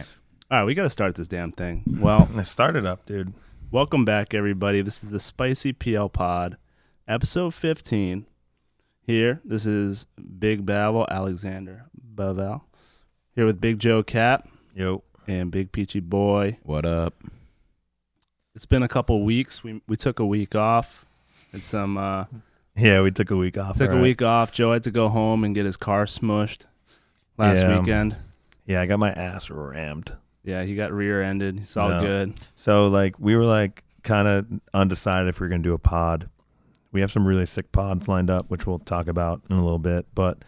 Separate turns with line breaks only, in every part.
All right, we got to start this damn thing. Well,
I started up, dude.
welcome back, everybody. This is the Spicy PL Pod, episode 15. Here, this is Big Babel, Alexander Bavel. Here with Big Joe Cat
Yo.
and Big Peachy Boy.
What up?
It's been a couple weeks. We, we took a week off. It's some, uh,
Yeah, we took a week off.
took
all
a
right.
week off. Joe had to go home and get his car smushed last
Yeah.
weekend.
Yeah, I got my ass rammed.
Yeah, he got rear ended. He's all
No.
good.
So like we were like kind of undecided if we are gonna do a pod. We have some really sick pods lined up, which we'll talk about in a little bit. But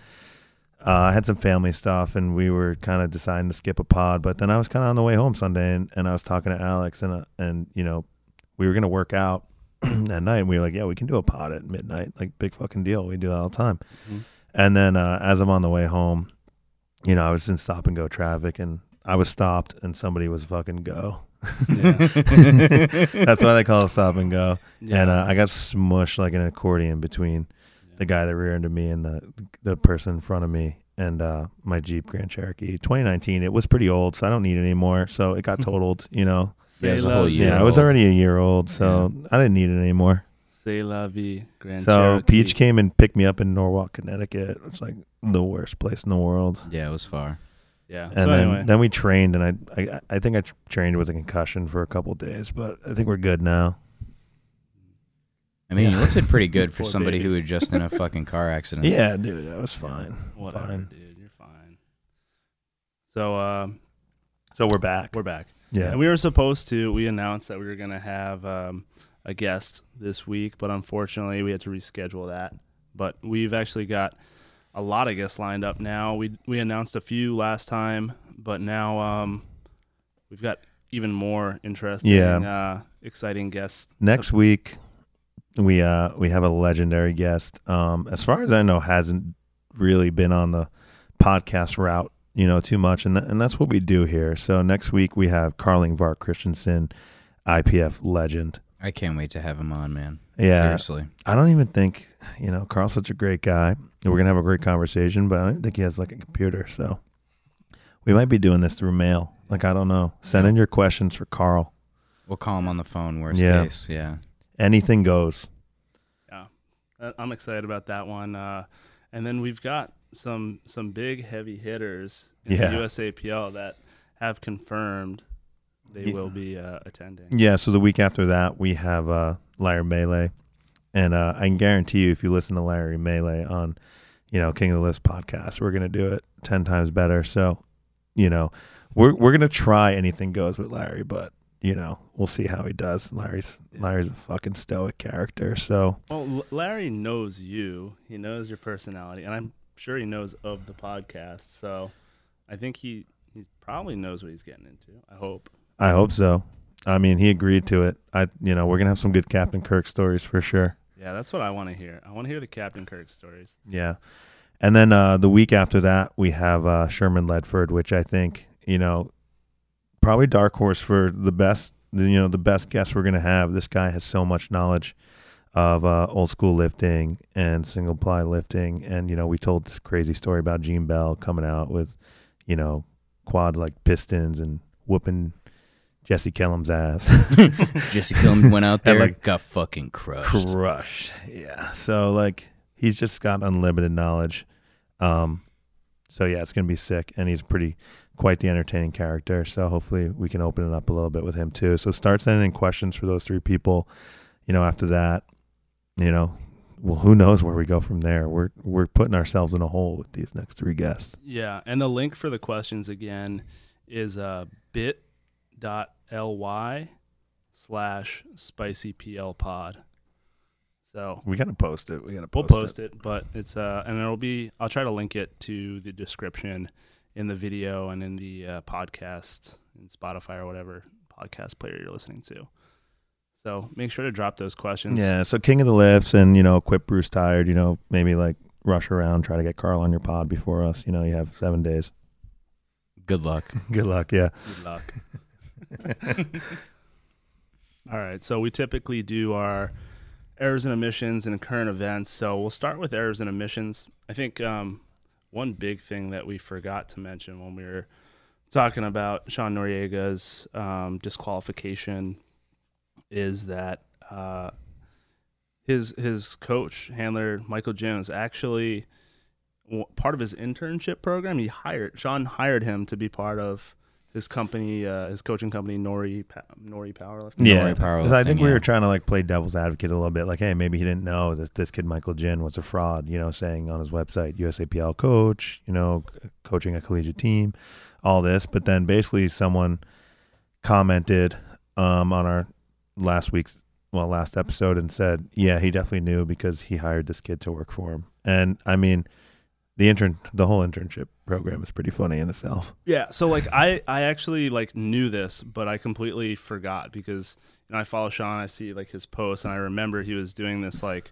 uh, I had some family stuff, and we were kind of deciding to skip a pod. But then I was kind of on the way home Sunday, and, and I was talking to Alex, and uh, and you know we were gonna work out at night, and we were like, yeah, we can do a pod at midnight, like big fucking deal. We do that all the time.
Mhm.
And then uh, as I'm on the way home, you know, I was in stop and go traffic, and I was stopped, and somebody was fucking go.
Yeah.
That's why they call it stop and go.
yeah.
And uh, I got smushed like an accordion between the guy that rear-ended me and the the person in front of me and uh, my Jeep Grand Cherokee 2019. It was pretty old, so I don't need it anymore. So it got totaled, you know.
Yeah,
Say
it's a
la
whole
vie.
year
yeah, I was
old.
already a year old, so I didn't need it anymore.
C'est la vie, Grand
so
Cherokee.
Peach came and picked me up in Norwalk, Connecticut. It's like the worst place in the world.
Yeah, it was far.
Yeah.
And
so
then,
anyway,
then we trained, and I, I I think I tr- trained with a concussion for a couple days, but I think we're good now.
I mean,
Yeah.
you lifted pretty good for
Poor
somebody
baby.
who was just in a fucking car accident.
Yeah, dude, that was fine.
whatever,
Fine.
dude, you're fine. So um,
So we're back.
we're back,
yeah.
and we were supposed to. We announced that we were gonna have um, a guest this week, but unfortunately, we had to reschedule that. But we've actually got a lot of guests lined up now. We we announced a few last time, but now um, we've got even more interesting,
Yeah.
uh, exciting guests.
Next week we uh we have a legendary guest. Um as far as I know hasn't really been on the podcast route, you know, too much and tha- and that's what we do here. So next week we have Carling Vart Christensen, IPF legend.
I can't wait to have him on, man.
Yeah.
Seriously.
I don't even think, you know, Carl's such a great guy. We're going to have a great conversation, but I don't even think he has like a computer, so we might be doing this through mail. Like I don't know. Send in your questions for Carl.
We'll call him on the phone, worst
Yeah.
case. Yeah.
Anything goes.
Uh, I'm excited about that one. Uh, and then we've got some some big heavy hitters in
Yeah.
the USAPL that have confirmed they
Yeah.
will be uh, attending.
Yeah, so the week after that we have uh Larry Melee. And uh, I can guarantee you if you listen to Larry Melee on, you know, King of the List podcast, we're gonna do it ten times better. So, you know, we're we're gonna try anything goes with Larry, but you know, we'll see how he does. Larry's Larry's a fucking stoic character. So
Well, L- Larry knows you. He knows your personality, and I'm sure he knows of the podcast. So I think he he probably knows what he's getting into. I hope.
I hope so. I mean he agreed to it. I you know, we're gonna have some good Captain Kirk stories for sure.
Yeah, that's what I want to hear. I want to hear the Captain Kirk stories.
Yeah. And then uh, the week after that, we have uh, Sherman Ledford, which I think, you know, probably dark horse for the best, the- you know, the best guest we're going to have. This guy has so much knowledge of uh, old school lifting and single ply lifting. And, you know, we told this crazy story about Gene Bell coming out with, you know, quads like pistons and whooping Jesse Kellum's ass.
Jesse Kilm went out
And,
there,
like,
got fucking crushed.
crushed. Yeah. So like he's just got unlimited knowledge. Um so yeah, it's going to be sick and he's pretty quite the entertaining character. So hopefully we can open it up a little bit with him too. So start sending in questions for those three people. You know, after that, you know, well who knows where we go from there. We're we're putting ourselves in a hole with these next three guests.
Yeah, and the link for the questions again is uh, bit.ly slash spicy PL pod. So
We got to post it. We got to
we'll
post,
post it. but it's uh, and it'll be I'll try to link it to the description in the video and in the uh, podcast in Spotify or whatever podcast player you're listening to. So make sure to drop those questions.
Yeah, so King of the Lifts and, you know, Quit Bruce Tired, you know, maybe like rush around, try to get Carl on your pod before us. You know, you have seven days.
Good luck.
Good luck, yeah.
Good luck. All right. So we typically do our errors and omissions and current events. So we'll start with errors and omissions. I think um, one big thing that we forgot to mention when we were talking about Sean Noriega's um, disqualification is that uh, his his coach handler Michael Jones actually w- part of his internship program he hired Sean hired him to be part of his company uh, his coaching company Nori pa- Nori Powerlifting
Yeah,
Nori powerlifting,
'Cause I think we
yeah.
were trying to like play devil's advocate a little bit. Like, hey, maybe he didn't know that this kid Michael Jin was a fraud. You know, saying on his website USAPL coach. You know, c- coaching a collegiate team, all this. But then basically someone commented um, on our last week's well last episode and said, yeah, he definitely knew because he hired this kid to work for him. And I mean, the intern, the whole internship program is pretty funny in itself.
Yeah, so like I I actually like knew this, but I completely forgot because you know I follow Sean, I see like his posts, and I remember he was doing this like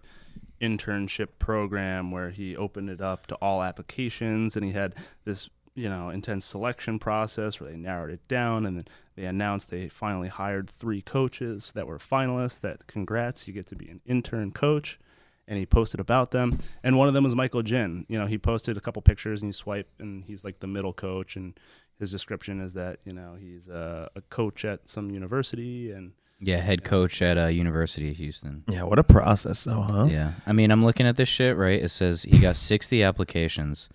internship program where he opened it up to all applications, and he had this you know intense selection process where they narrowed it down, and then they announced they finally hired three coaches that were finalists. That congrats, you get to be an intern coach and he posted about them. And one of them was Michael Jin. You know, he posted a couple pictures and you swipe, and he's like the middle coach. And his description is that you know he's uh, a, a coach at some university, and
Yeah, head coach at uh, University of Houston.
Yeah, what a process, though, huh?
Yeah. I mean, I'm looking at this shit, right? It says he got 60 applications,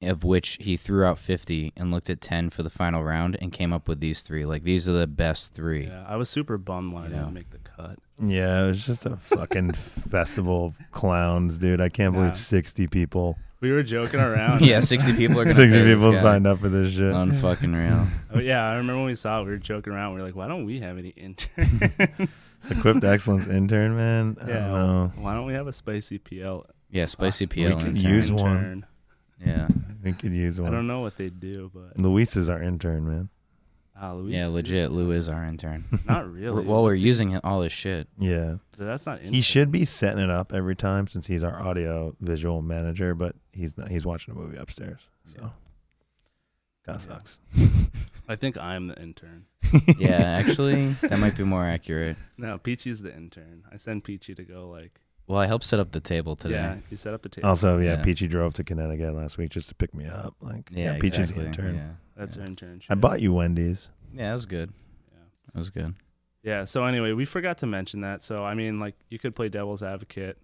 of which he threw out 50 and looked at 10 for the final round and came up with these three. Like, these are the best three.
yeah, I was super bummed when I
Yeah.
didn't make the cut.
Yeah, it was just a fucking festival of clowns, dude. I can't
Yeah.
believe 60 people,
We were joking around.
Yeah, 60 people are going to
60 people signed up for this shit.
Unfucking real.
Oh, yeah. I remember when we saw it, we were joking around. We were like, why don't we have any interns?
Equipped Excellence intern, man. I
Yeah.
don't know.
why don't we have a spicy PL?
Yeah, spicy
Uh, we
PL.
could
intern.
use one.
intern?
Yeah.
We could use
I
one.
don't know what they do, but
Luis is our intern, man.
ah, Luis
Yeah,
is-
legit. Lou is our intern.
Not really.
Well, we're
That's-
using it- all his shit.
Yeah.
That's not.
He should be setting it up every time since he's our audio visual manager, but he's not, he's watching a movie upstairs. So,
Yeah.
God
Yeah.
sucks.
I think I'm the intern.
Yeah, actually, that might be more accurate.
No, Peachy's the intern. I send Peachy to go like
Well, I helped set up the table today.
Yeah, he set up a table.
Also, yeah,
Yeah.
Peachy drove to Connecticut last week just to pick me up. Like, yeah,
Yeah,
Peachy's
exactly.
intern.
Yeah.
That's
yeah.
our internship.
I bought you Wendy's.
Yeah, that was good.
Yeah.
That was good.
Yeah. So anyway, we forgot to mention that. So I mean, like, you could play devil's advocate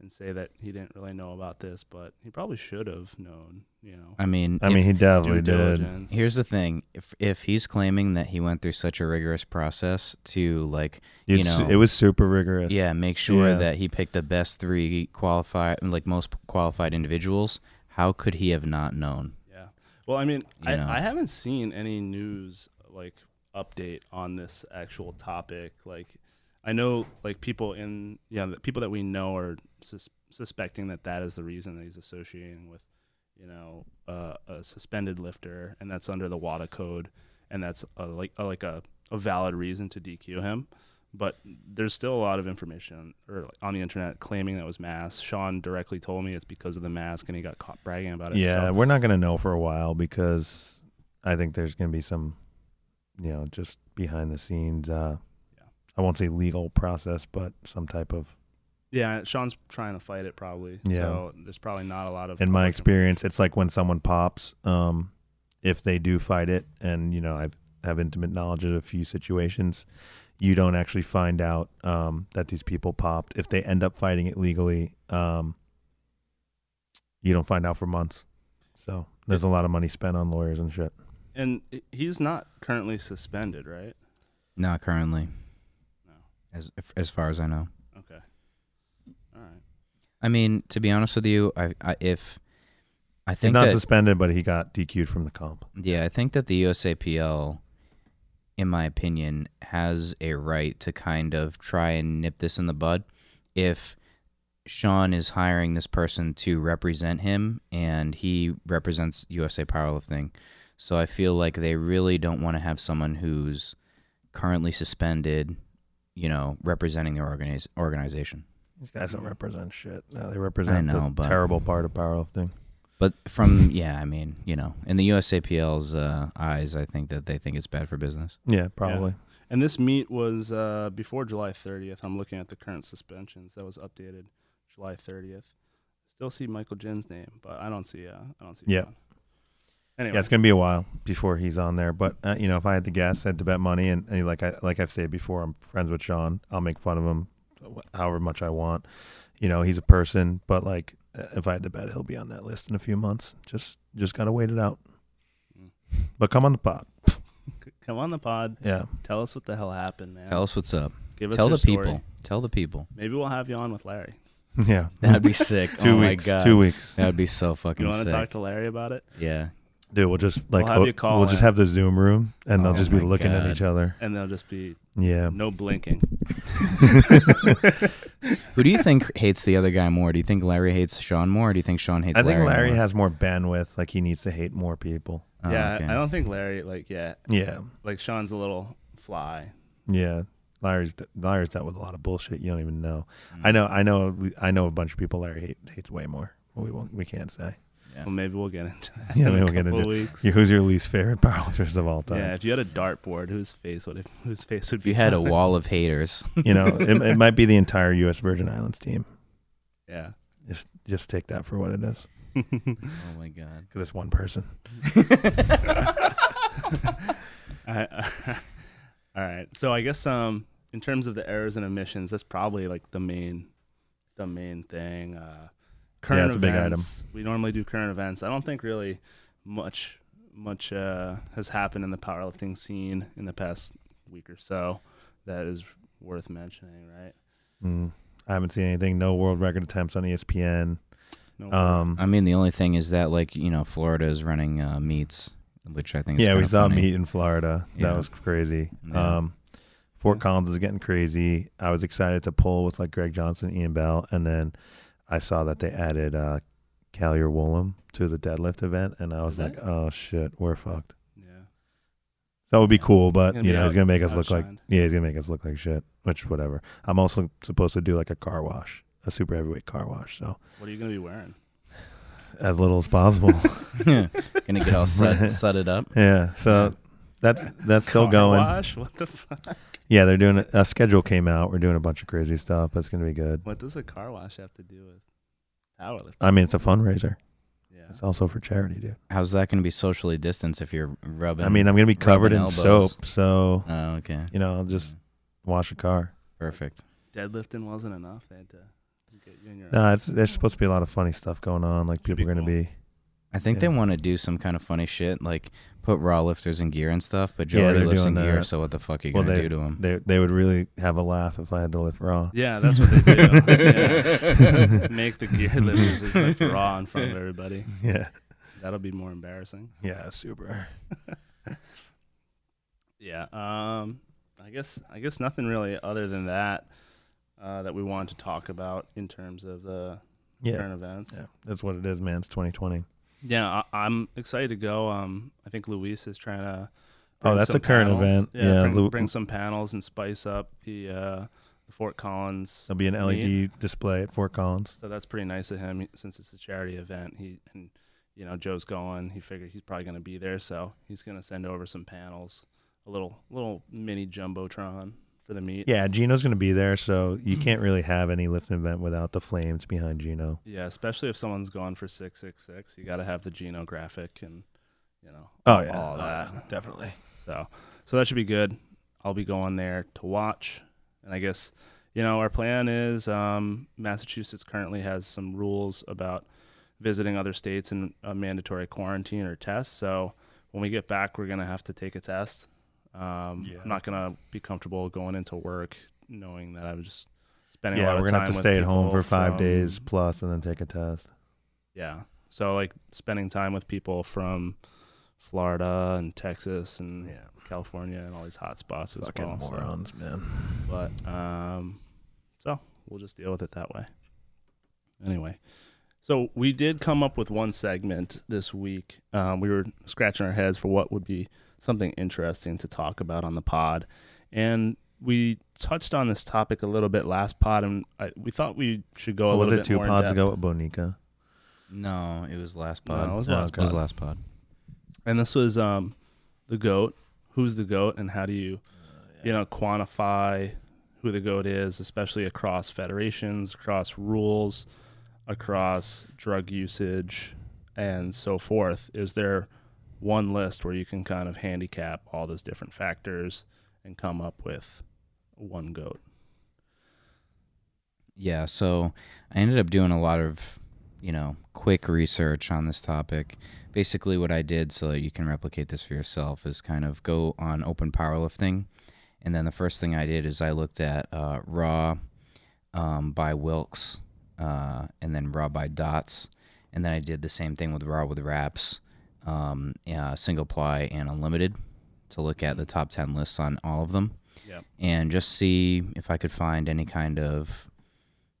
and say that he didn't really know about this, but he probably should have known. You know.
I mean,
I
if-
mean, he definitely
due
did.
diligence.
here's the thing: if if he's claiming that he went through such a rigorous process to like, you
It's-
know,
it was super rigorous.
yeah, make sure
Yeah.
that he picked the best three qualified, like most qualified individuals, how could he have not known?
Yeah. Well, I mean,
You know.
I, I haven't seen any news like update on this actual topic. Like, I know like people in yeah, the people that we know are sus- suspecting that that is the reason that he's associating with, you know, uh, a suspended lifter, and that's under the WADA code, and that's a, like a, like a, a valid reason to DQ him. But there's still a lot of information or like, on the internet claiming that was mask. Sean directly told me it's because of the mask, and he got caught bragging about it.
Yeah,
So-
we're not gonna know for a while because I think there's gonna be some, you know, just behind the scenes. Uh,
Yeah.
I won't say legal process, but some type of.
Yeah, Sean's trying to fight it probably.
Yeah.
So there's probably not a lot of
In my
public-
experience, it's like when someone pops. Um, if they do fight it, and you know, I have intimate knowledge of a few situations, you don't actually find out um, that these people popped. If they end up fighting it legally, um, you don't find out for months. So there's a lot of money spent on lawyers and shit.
And he- he's not currently suspended, right?
Not currently,
No.
as as far as I know.
Okay. All right.
I mean, to be honest with you, I, I if I think
not
that,
suspended, but he got DQ'd from the comp.
Yeah, I think that the USAPL, in my opinion, has a right to kind of try and nip this in the bud. If Sean is hiring this person to represent him and he represents USA Powerlifting, so I feel like they really don't want to have someone who's currently suspended, you know, representing their organiz- organization.
These guys don't represent shit. No, they represent
I know,
the
but-
terrible part of powerlifting.
But from, yeah, I mean, you know, in the USAPL's uh, eyes, I think that they think it's bad for business.
Yeah, probably.
And this meet was uh, before July 30th. I'm looking at the current suspensions that was updated July 30th. Still see Michael Jen's name, but I don't see. Uh, I don't see.
Yeah.
Sean. Anyway,
Yeah, it's gonna be a while before he's on there. But uh, you know, if I had to guess, I had to bet money, and, and like I like I've said before, I'm friends with Sean. I'll make fun of him wh- however much I want. You know, he's a person, but like uh, if I had to bet, he'll be on that list in a few months. Just just gotta wait it out.
Mm.
But come on the pot,
c- come on the pod.
yeah.
Tell us what the hell happened, man.
Tell us what's up.
Give us
Tell
your
the people.
story.
Tell the people.
Maybe we'll have you on with Larry.
Yeah,
That'd be sick.
two
oh
weeks.
my god.
Two weeks,
That would be so
You
fucking
want
sick.
to talk to Larry about it,
yeah.
dude. We'll just like
We'll have
o-
you call
we'll just
in.
have the Zoom room, and
Oh
they'll just be
my
looking at
God.
each other.
and they'll just be
Yeah,
no blinking.
Who do you think hates the other guy more? Do you think Larry hates Sean more, or do you think Sean hates
I think
Larry?
Larry
more?
has more bandwidth. Like he needs to hate more people.
Oh,
yeah,
okay.
I don't think Larry like yeah,
Yeah,
like Sean's a little fly.
Yeah, Larry's Larry's dealt with a lot of bullshit. You don't even know. I know. I know. I know a bunch of people Larry hate, hates way more. But we won't. We can't say.
Well, maybe we'll get into that.
Yeah,
in
maybe
a
we'll get
couple
into-
weeks.
Yeah, who's your least favorite powerlifters of all
Yeah,
time?
if you had a dartboard, whose face would it, whose face would
If you
be?
had a wall of haters,
You know, it, it might be the entire U.S. Virgin Islands team.
Yeah,
Just just take that for what it is,
oh my god.
because it's one person.
I, all right. So I guess um, in terms of the errors and omissions, that's probably like the main, the main thing. Uh, current
it's a big item.
events. We normally do current events. I don't think really much much uh, has happened in the powerlifting scene in the past week or so that is worth mentioning, right?
Mm. I haven't seen anything. No world record attempts on E ESPN.
No.
Um,
I mean, the only thing is that like you know, Florida is running uh, meets, which I think is
yeah, we
kinda
saw
funny.
meat in Florida.
Yeah.
That was crazy.
Yeah.
Um, Fort Collins is getting crazy. I was excited to pull with like Greg Johnson, Ian Bell, and then I saw that they added uh, Callier Woolham to the deadlift event, and I was
Did
like, oh shit, we're fucked.
yeah.
That would be
Yeah.
cool, but
Gonna
you
be
know,
out-
he's gonna make us look like
outshined.
yeah, he's gonna make us look like shit. Which whatever. I'm also supposed to do like a car wash, a super heavyweight car wash. So
What are you gonna be wearing?
as little as possible.
Gonna get all sud- sudded up.
yeah. So that's that's still
Car
going.
Wash? What the fuck?
Yeah, they're doing a, a schedule came out. We're doing a bunch of crazy stuff. That's gonna be good.
What does a car wash have to do with powerlifting?
I mean, it's a fundraiser.
Yeah.
It's also for charity, dude.
How's that gonna be socially distanced if you're rubbing?
I mean, I'm gonna be covered in
elbows.
soap, so
oh okay,
you know, I'll just wash the car.
perfect.
deadlifting wasn't enough. They had to get you in your.
No, it's there's supposed to be a lot of funny stuff going on. Like
Should
people
be
are gonna
cool.
be,
I think they
Yeah.
want to do some kind of funny shit, like put raw lifters in gear and stuff. But Joe
Yeah,
already
they're
lifts in
doing
gear,
that.
so what the fuck are you
Well,
gonna
they-
do to him?
they they would really have a laugh if I had to lift raw.
Yeah, that's what they do. Yeah. Make the gear lifters just lift raw in front of everybody.
Yeah,
That'll be more embarrassing.
yeah, super.
Yeah. Um. I guess. I guess nothing really other than that uh, that we wanted to talk about in terms of the
Yeah,
current events.
yeah, that's what it is, man. It's 2020.
Yeah, I, I'm excited to go. Um, I think Luis is trying to.
Oh,
bring
that's
some
a current
panels.
event.
Yeah,
Yeah,
bring,
Lu-
bring some panels and spice up the uh, Fort Collins.
There'll be an LED display at Fort Collins.
So that's pretty nice of him, since it's a charity event. He and you know Joe's going. He figured he's probably going to be there, so he's going to send over some panels, a little little mini jumbotron for the meet.
Yeah, Gino's gonna be there, so
Hmm.
you can't really have any lifting event without the flames behind Gino.
Yeah, especially if someone's going for six six six, you got to have the Geno graphic and you know
Oh yeah,
all
Oh,
that.
yeah, definitely.
So, so that should be good. I'll be going there to watch. And I guess, you know, our plan is um, Massachusetts currently has some rules about visiting other states in a mandatory quarantine or test. So when we get back, we're going to have to take a test. Um,
Yeah.
I'm not going to be comfortable going into work knowing that I was just spending a
Yeah,
lot of
we're gonna
time
have to
with
stay at home
people
for five
from-
days plus, and then take a test.
Yeah. So like spending time with people from Florida and Texas and
Yeah.
California and all these hot spots as
Fucking
well. so-
morons, man.
But um, so we'll just deal with it that way. Anyway, so we did come up with one segment this week. Um, we were scratching our heads for what would be something interesting to talk about on the pod, and we touched on this topic a little bit last pod, and I, we thought we should go a
was
little
it
bit
two
more in
pods
depth.
ago with Bonica?
No, it was last
No,
pod.
it was
Oh,
last
okay.
It was last pod.
and this was um, the goat. Who's the goat, and how do you, you know, quantify who the goat is, especially across federations, across rules, across drug usage, and so forth? Is there one list where you can kind of handicap all those different factors and come up with one goat.
Yeah, so I ended up doing a lot of, you know, quick research on this topic. Basically, what I did so that you can replicate this for yourself is kind of go on open powerlifting. And then the first thing I did is I looked at uh, Raw um, by Wilks uh, and then Raw by Dots. And then I did the same thing with Raw with Wraps, um, yeah, Single Ply, and Unlimited to look at the top 10 lists on all of them
Yep.
and just see if I could find any kind of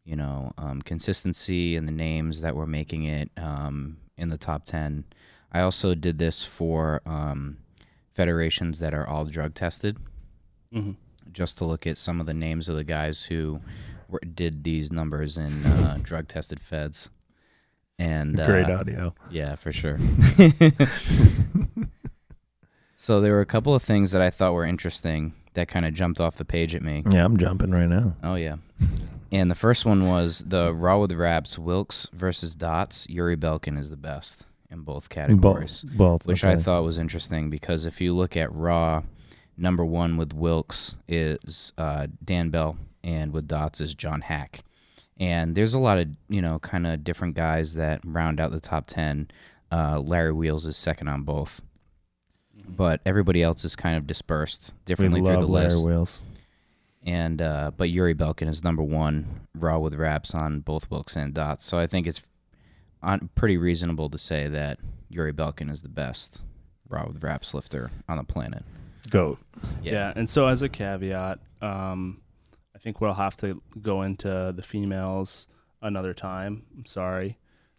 you know, um, consistency and the names that were making it um, in the top 10. I also did this for um, federations that are all drug tested,
Mm-hmm.
just to look at some of the names of the guys who were, did these numbers in uh, drug tested feds. And
Great
uh,
audio.
yeah, for sure. so there were a couple of things that I thought were interesting that kind of jumped off the page at me.
Yeah, I'm jumping right now.
Oh yeah. And the first one was the Raw with Raps Wilkes versus Dots. Yuri Belkin is the best in both categories,
Both, both.
which I
okay.
thought was interesting because if you look at Raw, number one with Wilkes is uh, Dan Bell, and with Dots is John Hack. And there's a lot of you know kind of different guys that round out the top ten. Uh, Larry Wheels is second on both, but everybody else is kind of dispersed
we
differently through
love
the
Larry
list
Wheels.
and uh, but Yuri Belkin is number one raw with wraps on both Wilkes and Dots. So I think it's on, pretty reasonable to say that Yuri Belkin is the best raw with wraps lifter on the planet.
Goat.
Yeah. And so, as a caveat, um, I think we'll have to go into the females another time. I'm sorry.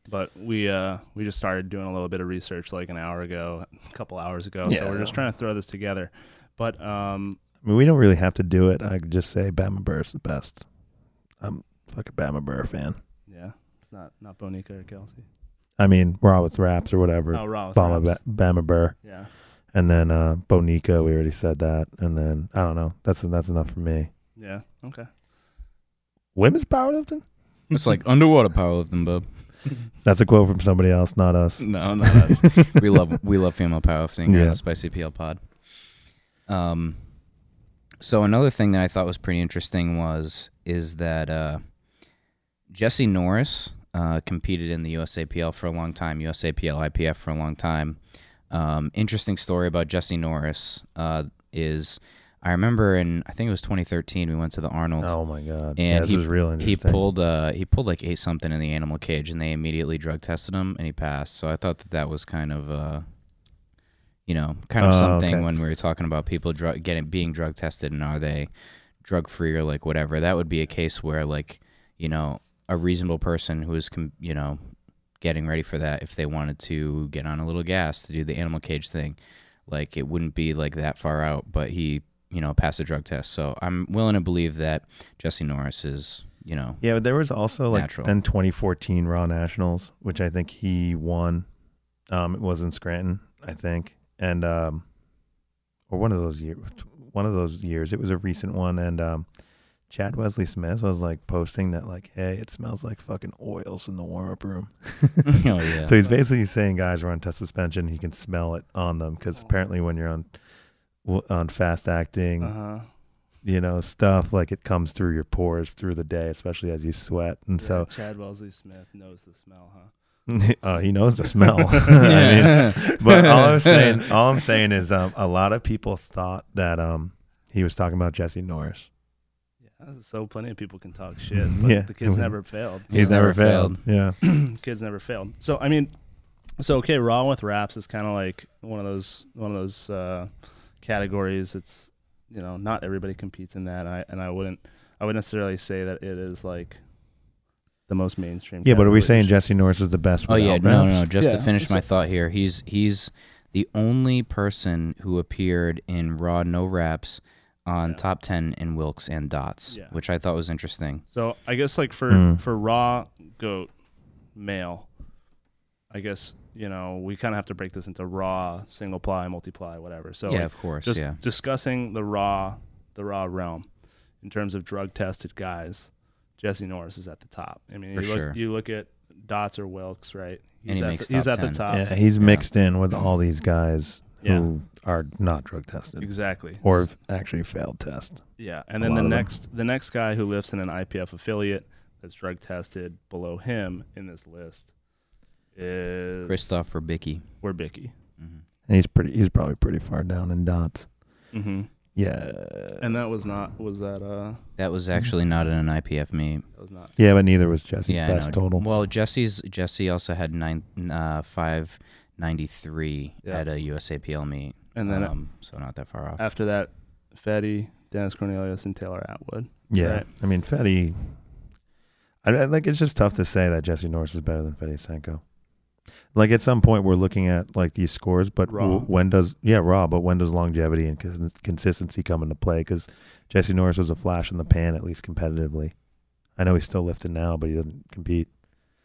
But we uh, we just started doing a little bit of research like an hour ago, a couple hours ago. So we're just
Yeah.
trying to throw this together. But um,
I mean, we don't really have to do it. I could just say Bama Burr is the best. I'm like a Bama Burr fan.
yeah, it's not not Bonica or Kelsey.
I mean, Raw with Raps or whatever.
Oh, Rollins.
Bama,
perhaps.
Ba- Bama Burr.
Yeah.
And then uh, Bonica, we already said that. And then, I don't know. That's that's enough for me.
Yeah. Okay.
Women's powerlifting?
It's like underwater powerlifting, bub.
That's a quote from somebody else, not us.
No, no, that's, we love we love female powerlifting.
Yeah.
Yeah, that's by CPL Pod. Um, so another thing that I thought was pretty interesting was is that uh, Jesse Norris uh, competed in the USAPL for a long time, USAPL IPF for a long time. Um, interesting story about Jesse Norris uh, is I remember in I think it was 2013 we went to the Arnold
Oh my god!
And
yeah, this
he-
is real interesting.
he pulled uh he pulled like eight something in the animal cage and they immediately drug tested him and he passed so i thought that that was kind of uh you know kind of
Oh,
something
okay.
when we were talking about people drug getting being drug tested and are they drug free or like whatever that would be a case where like you know a reasonable person who is com- you know getting ready for that if they wanted to get on a little gas to do the animal cage thing like it wouldn't be like that far out but he you know passed a drug test so i'm willing to believe that jesse norris is you know
Yeah, but there was also like
Natural.
then 2014 Raw Nationals, which I think he won. Um, it was in Scranton, I think, and um, or one of those years. One of those years, it was a recent one, and um, Chad Wesley Smith was like posting that like, "Hey, it smells like fucking oils in the warm up room."
oh yeah
So he's basically saying guys are on test suspension. He can smell it on them because
Oh.
apparently when you're on w- on fast acting,
Uh huh.
you know, stuff like it comes through your pores through the day, especially as you sweat. And so
Chad Wellesley Smith knows the smell, huh?
uh, he knows the smell. I mean, but all I'm saying, all I'm saying is, um, a lot of people thought that um, he was talking about Jesse Norris.
Yeah. So plenty of people can talk shit, but
Yeah.
the kids never failed.
He's
He's never,
never
failed. Yeah,
kids never failed. So I mean, so okay, raw with wraps is kind of like one of those one of those uh, categories. It's you know not everybody competes in that. And I and I wouldn't I wouldn't necessarily say that it is like the most mainstream.
yeah. But are we
category.
saying Jesse Norris is the best?
oh yeah
without
no
wraps?
no just to
Yeah.
finish my
So-
thought here he's he's the only person who appeared in raw no wraps on
Yeah.
top 10 in wilkes and dots
Yeah.
which i thought was interesting
So I guess like for
Mm.
for raw goat male, I guess you know we kind of have to break this into raw single ply, multi ply, whatever. So
yeah
like,
of course
just
yeah
discussing the raw the raw realm in terms of drug tested guys jesse norris is at the top i mean
For
you, look,
sure.
you look at Dots or Wilkes, right? He's
And he
at
makes
the, he's
top
at the
10.
top.
yeah, he's
yeah.
mixed in with all these guys
Yeah.
who are not drug tested
Exactly.
or have actually failed test.
Yeah, and
A
then
lot
the
of them.
next the next guy who lives in an IPF affiliate that's drug tested below him in this list is
Christoph Rubicki.
Werbicki.
Mhm.
And he's pretty. He's probably pretty far down in dots.
Mm-hmm.
Yeah.
And that was not was that uh
That was actually not in an IPF meet.
that was not
yeah, but neither was Jesse's
Yeah, I
best
know.
total.
Well, Jesse's Jesse also had nine uh, five ninety three
Yeah.
at a USAPL meet.
and then
um, so not that far off.
after that Fetty, Dennis Cornelius, and Taylor Atwood.
yeah.
right.
I mean, Fetty. I, I like. It's just tough to say that Jesse Norris is better than Fetty Senko. Like at some point we're looking at like these scores, but
Raw.
w- when does yeah raw? But when does longevity and cons- consistency come into play? Because Jesse Norris was a flash in the pan, at least competitively. I know he's still lifting now, but he doesn't compete.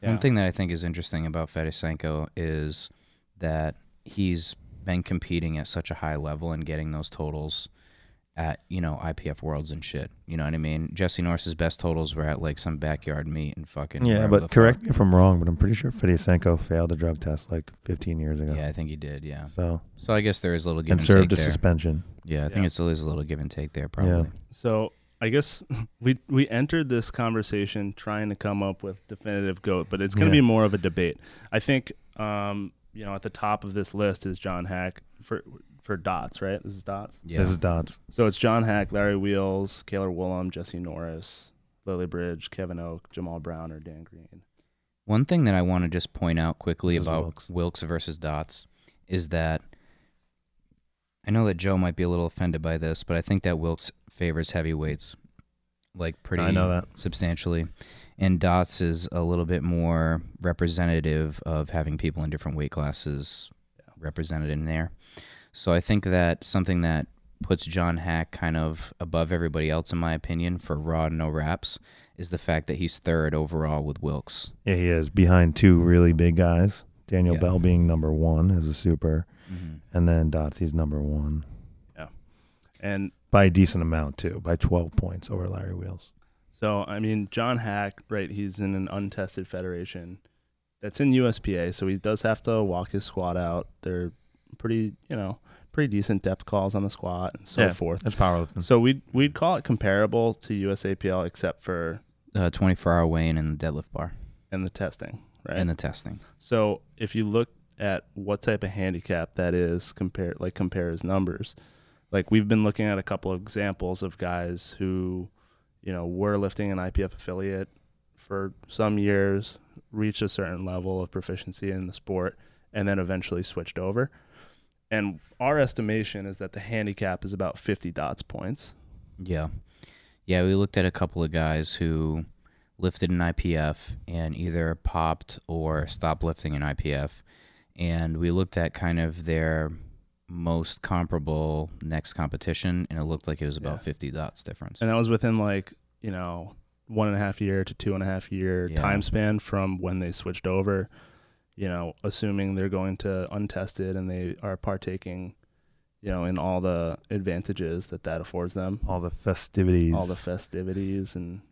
Yeah.
One thing that I think is interesting about Fedosenko is that he's been competing at such a high level and getting those totals at, you know, IPF worlds and shit. You know what I mean? Jesse Norris's best totals were at like some backyard meet and fucking
Yeah,
wherever
but
the fuck.
correct me if I'm wrong, but I'm pretty sure Fetty Senko failed a drug test like 15 years ago.
Yeah, I think he did, yeah.
So
So I guess there is a little give
and
and,
served a
take there.
suspension.
yeah, I
Yeah.
think it's always a little give and take there probably.
So I guess we we entered this conversation trying to come up with definitive goat, but it's going to
Yeah.
be more of a debate. I think um, you know at the top of this list is John Hack for for dots, right? This is dots.
Yeah.
This is Dots.
So it's John Hack, Larry Wheels, Kaylor Woolham, Jesse Norris, Lily Bridge, Kevin Oak, Jamal Brown, or Dan Green.
One thing that I want to just point out quickly
This is
about
Wilkes.
Wilkes. versus Dots is that I know that Joe might be a little offended by this, but I think that Wilkes favors heavyweights like pretty
I know that.
substantially. And Dots is a little bit more representative of having people in different weight classes represented in there. So I think that something that puts John Hack kind of above everybody else, in my opinion, for raw no wraps, is the fact that he's third overall with Wilkes.
Yeah, he is behind two really big guys. Daniel
Yeah.
Bell being number one as a super,
Mm-hmm.
and then Dots he's number one
And
by a decent amount too, by 12 points over Larry Wheels.
So I mean, John Hack, right? He's in an untested federation that's in USPA, so he does have to walk his squat out. They're pretty, you know, pretty decent depth calls on the squat and so
Yeah. Mm-hmm.
forth.
That's powerlifting.
So we'd we'd call it comparable to USAPL, except for
uh, 24 hour weigh in and the deadlift bar
in the testing, right?
and the testing.
so if you look at what type of handicap that is, compare like compare his numbers. Like we've been looking at a couple of examples of guys who, you know, were lifting an IPF affiliate for some years, reached a certain level of proficiency in the sport, and then eventually switched over. And our estimation is that the handicap is about 50 dots points.
Yeah. Yeah, we looked at a couple of guys who lifted an IPF and either popped or stopped lifting an IPF. And we looked at kind of their most comparable next competition, and it looked like it was about
Yeah.
50 dots difference.
And that was within like, you know, one and a half year to two and a half year
Yeah.
time span from when they switched over, you know, assuming they're going to untested and they are partaking, you know, in all the advantages that that affords them,
All the festivities.
all the festivities and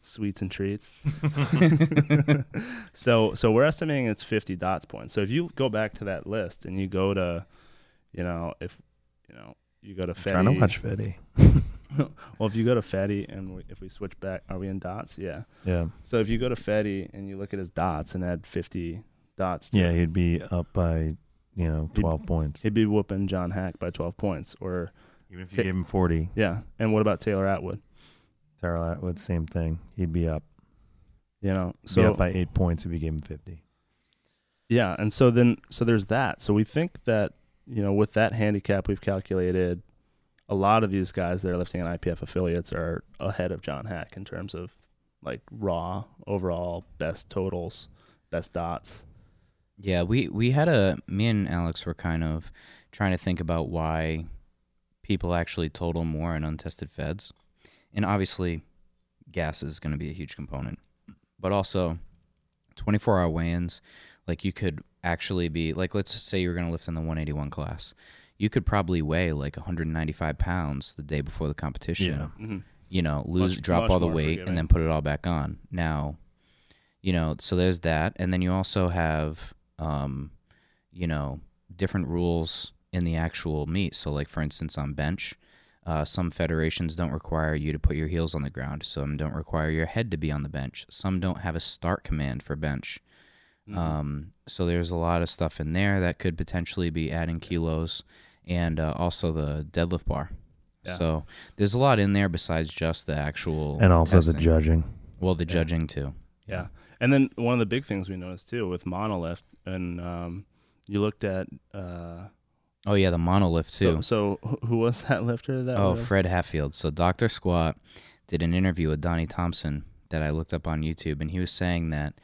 sweets and treats. so so we're estimating it's 50 dots points. So if you go back to that list and you go to, you know, if, you know, you go to Fetty,
trying to watch Fetty.
well, if you go to Fetty and we, if we switch back, are we in dots? Yeah.
Yeah.
So if you go to Fetty and you look at his dots and add 50 dots, to
Yeah,
it,
he'd be up by, you know, 12 points.
he'd be whooping John Hack by 12 points. Or,
Even if you
Hit-
gave him 40,
yeah. And what about Taylor Atwood?
Terrell Atwood, same thing. He'd be up.
You know,
So,
so
up by eight points if you gave him 50.
yeah. And so then, so there's that. So we think that, you know, with that handicap we've calculated, a lot of these guys that are lifting in IPF affiliates are ahead of John Hack in terms of like raw overall best totals, best dots.
Yeah, we we had a me and Alex were kind of trying to think about why people actually total more in untested feds, and obviously, gas is going to be a huge component, but also, twenty four hour weigh-ins, like you could actually be like let's say you're going to lift in the one eighty one class, you could probably weigh like one hundred ninety five pounds the day before the competition
Yeah.
Mm-hmm.
you know, lose,
Much-
drop
much
all the
more
weight,
forgiving.
and then put it all back on. Now, you know, so there's that, and then you also have, um, you know, different rules in the actual meet. So, like for instance, on bench, uh, some federations don't require you to put your heels on the ground. Some don't require your head to be on the bench. Some don't have a start command for bench.
Mm-hmm.
Uh,
Um, so there's a lot of stuff in there that could potentially be adding kilos, and uh, also the deadlift bar.
Yeah.
So there's a lot in there besides just the actual
and also the
testing.
judging.
Well, the judging too.
Yeah. And then one of the big things we noticed too with monolith, and um, you looked at uh,
Oh yeah, the monolift too.
so, so wh- who was that lifter that?
Oh,
we-
Fred Hatfield. So Dr. Squat did an interview with Donnie Thompson that I looked up on YouTube, and he was saying that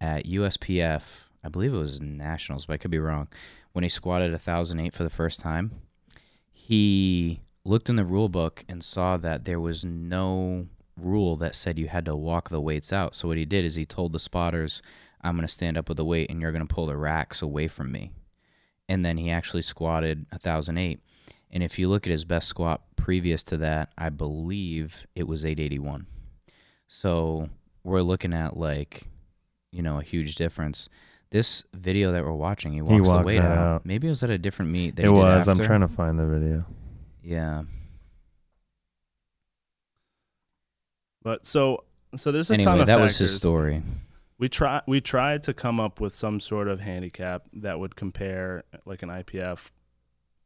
at USPF, I believe it was Nationals, but I could be wrong, when he squatted 1,008 for the first time, he looked in the rule book and saw that there was no rule that said you had to walk the weights out. So what he did is he told the spotters, I'm going to stand up with the weight, and you're going to pull the racks away from me. And then he actually squatted 1,008. And if you look at his best squat previous to that, I believe it was 881. So we're looking at like, you know, a huge difference. This video that we're watching, he walks, the
walks
weight
that
out.
out.
Maybe it was at a different meet. That
It
he did
was. I'm
after.
trying to find the video.
Yeah.
But so so there's a ton
anyway,
of
that was
factors.
his story.
We try we tried to come up with some sort of handicap that would compare like an IPF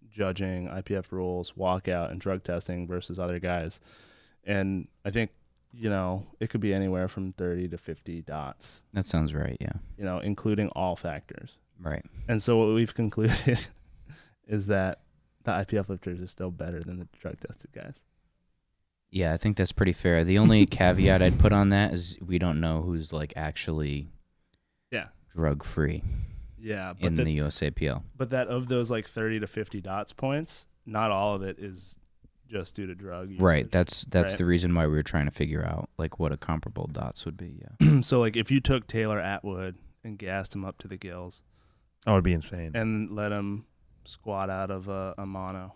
judging, IPF rules, walkout, and drug testing versus other guys. And I think you know it could be anywhere from 30 to 50 dots,
That sounds right. Yeah.
you know, including all factors.
Right.
And so what we've concluded is that the IPF lifters are still better than the drug tested guys.
Yeah, I think that's pretty fair. The only caveat I'd put on that is we don't know who's like actually
Yeah.
drug free
Yeah, but
in
the,
the USAPL.
but that of those like 30 to 50 dots points, not all of it is just due to drug usage.
Right. That's that's
Right.
the reason why we were trying to figure out like what a comparable dots would be. Yeah.
so like if you took Taylor Atwood and gassed him up to the gills
That would Oh, be insane.
and let him squat out of a, a mono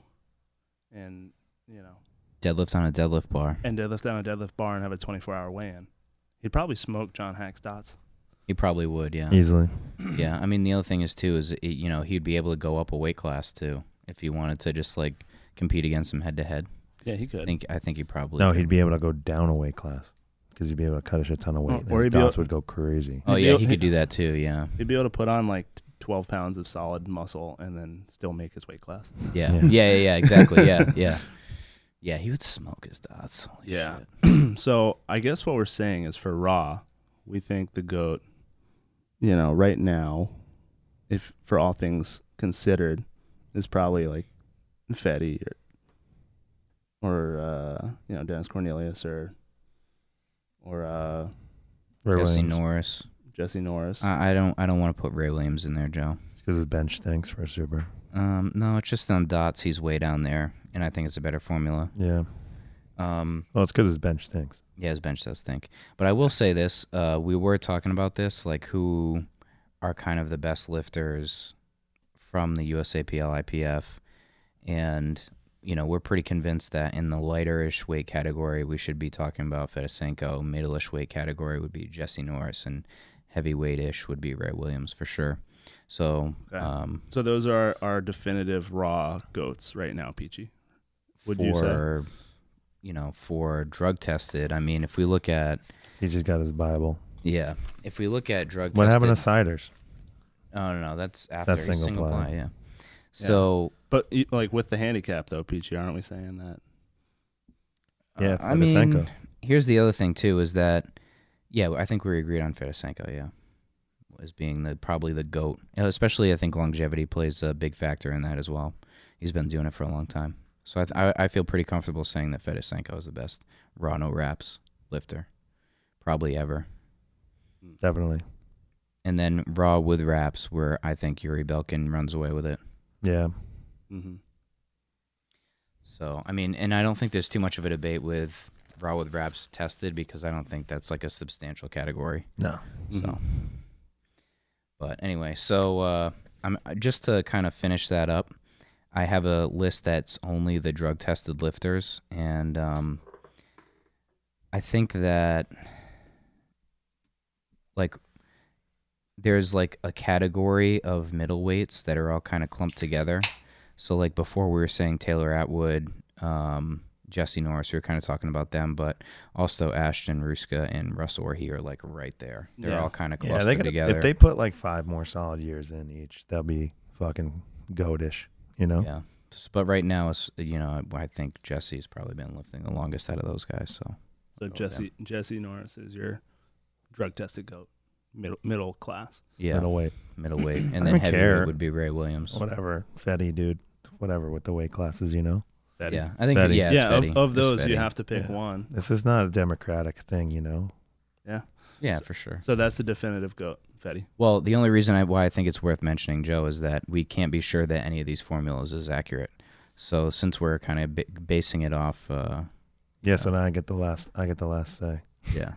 and you know
Deadlift on a deadlift bar.
and deadlift down a deadlift bar and have a 24 hour weigh in, he'd probably smoke John Hack's dots.
He probably would. Yeah.
Easily.
Yeah. I mean, the other thing is too is it, you know he'd be able to go up a weight class too if he wanted to just like compete against him head to head.
Yeah, he
I
could.
think I think he probably
No,
could.
he'd be able to go down a weight class because he'd be able to cut a shit ton of weight.
or
Oh, or
he'd
his
be
dots
able-
would go crazy.
Oh
He'd be
yeah,
able-
he could do that too. Yeah,
He'd be able to put on like 12 pounds of solid muscle and then still make his weight class.
yeah,
Yeah.
yeah, yeah, yeah exactly. Yeah, yeah, yeah. He would smoke his dots. Holy
Yeah.
shit.
so I guess what we're saying is for Raw, we think the GOAT, you know, right now, if for all things considered, is probably like Fetty or, or uh, you know, Dennis Cornelius or, or uh,
Ray
Jesse
Williams,
Norris.
Jesse Norris.
I, I don't. I don't want to put Ray Williams in there, Joe.
because his bench stinks for a super.
Um, no, it's just on dots. He's way down there, and I think it's a better formula.
Yeah.
Um,
Well, it's because his bench stinks.
yeah, his bench does think. But I will say this: uh, we were talking about this, like who are kind of the best lifters from the USAPL IPF, and you know we're pretty convinced that in the lighterish weight category we should be talking about Fedosenko. Middleish weight category would be Jesse Norris, and heavyweightish would be Ray Williams for sure. So,
Okay.
um,
so those are our definitive Raw GOATs right now, Peachy. Would you say?
for you know for drug tested, I mean if we look at
He just got his Bible.
yeah if we look at drug
What happened
tested-
to Ciders?
Oh no, no, that's after
That's single
single, ply.
ply.
yeah. So
But you- like with the handicap though, Peachy, aren't we saying that?
Yeah,
uh, I
Fedosenko.
mean, here's the other thing too is that yeah, I think we agreed on Fedosenko, yeah, as being the probably the goat. Uh, Especially I think longevity plays a big factor in that as well. He's been doing it for a long time, so I th- I, I feel pretty comfortable saying that Fedosenko is the best raw no wraps lifter probably ever.
Definitely.
And then raw with wraps, where I think Yuri Belkin runs away with it.
Yeah.
Mm-hmm.
So I mean, and I don't think there's too much of a debate with raw with wraps tested because I don't think that's like a substantial category.
No.
So, but anyway, so uh, I'm just to kind of finish that up. I have a list that's only the drug tested lifters, and um, I think that like there's like a category of middleweights that are all kind of clumped together. So like before we were saying Taylor Atwood, um, Jesse Norris, we were kind of talking about them, but also Ashton Ruska and Russell Orhe are like right there. They're
Yeah.
all kind of clustered
Yeah, they could,
together.
if they put like five more solid years in each, that'll be fucking goatish, you know?
Yeah. S- But right now, it's, you know, I I think Jesse's probably been lifting the longest out of those guys. So
So Jesse Jesse Norris is your drug tested goat, middle middle class.
yeah,
Middleweight,
middleweight,
I
and then
don't
heavyweight
care.
would be Ray Williams.
whatever, Fetty, dude, whatever with the weight classes, you know?
That-
Yeah, I think
Fetty.
yeah, it's
yeah. Of,
Fetty.
of
It's
those, you
Fetty.
have to pick
Yeah.
one.
This is not a democratic thing, you know?
yeah for sure.
So that's the definitive goat, Fetty.
Well, the only reason I, why I think it's worth mentioning, Joe, is that we can't be sure that any of these formulas is accurate. So since we're kind of b- basing it off, uh,
Yeah, so now I get the last, I get the last say.
yeah.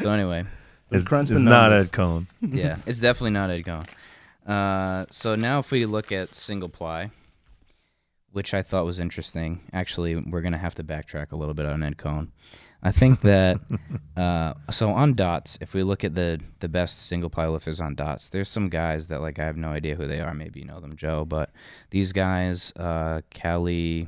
so anyway,
It's,
crunch
it's
the
not
numbers.
Ed Cohn.
yeah, it's definitely not Ed Gone. Uh, so now if we look at single ply, which I thought was interesting. Actually, we're gonna have to backtrack a little bit on Ed Cohn. I think that uh, so on dots, if we look at the the best single ply lifters on dots, there's some guys that like I have no idea who they are. Maybe you know them, Joe, but these guys, uh, Callie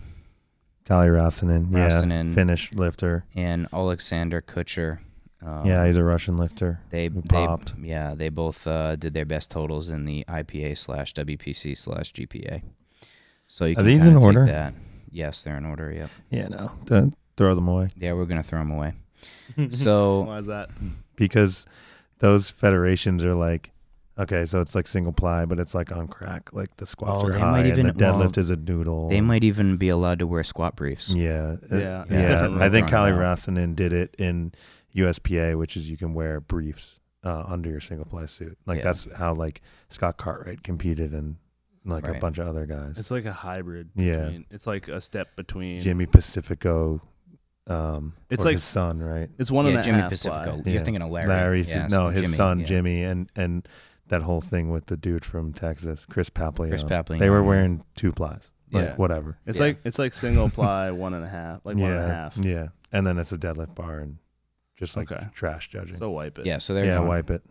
Kali Rossanen,
Rossanen.
yeah, Finnish lifter.
and Alexander Kutcher. Um,
yeah, he's a Russian lifter.
they,
who
they
popped.
yeah they both uh, did their best totals in the IPA slash WPC slash GPA. So you
Are
can
these
kinda
in
take
order?
That. Yes, they're in order. Yep.
Yeah, no, don't throw them away
Yeah, we're gonna throw them away. So
Why is that?
because those federations are like, okay, so it's like single ply, but it's like on crack. Like the squats
Oh,
are
they
high
might even-
and the deadlift
well,
is a noodle.
they might even be allowed to wear squat briefs.
Yeah, uh,
Yeah, it's
yeah.
different
I
when
think
they're
Kali
on it.
Rossanen did it in USPA, which is you can wear briefs uh, under your single ply suit. Like
Yeah.
that's how like Scott Cartwright competed and like a
Right.
bunch of other guys.
It's like a hybrid.
Yeah.
between- it's like a step between.
Jimmy Pacifico. Um,
It's
or
like
his son, right?
It's one
yeah,
and a half.
Jimmy
fly.
Pacifico.
Yeah.
You're thinking of Larry.
Larry's
Yeah,
no,
so
his
Jimmy,
son
yeah.
Jimmy, and and that whole thing with the dude from Texas, Chris Papalion.
Chris Papalion,
They were
yeah.
wearing two plies, like
Yeah.
whatever.
It's
Yeah.
like it's like single ply one and a half, like
yeah,
one and a half.
yeah, and then it's a deadlift bar and just like
Okay.
trash judging.
So wipe it.
Yeah, so they're
yeah,
gone.
wipe it.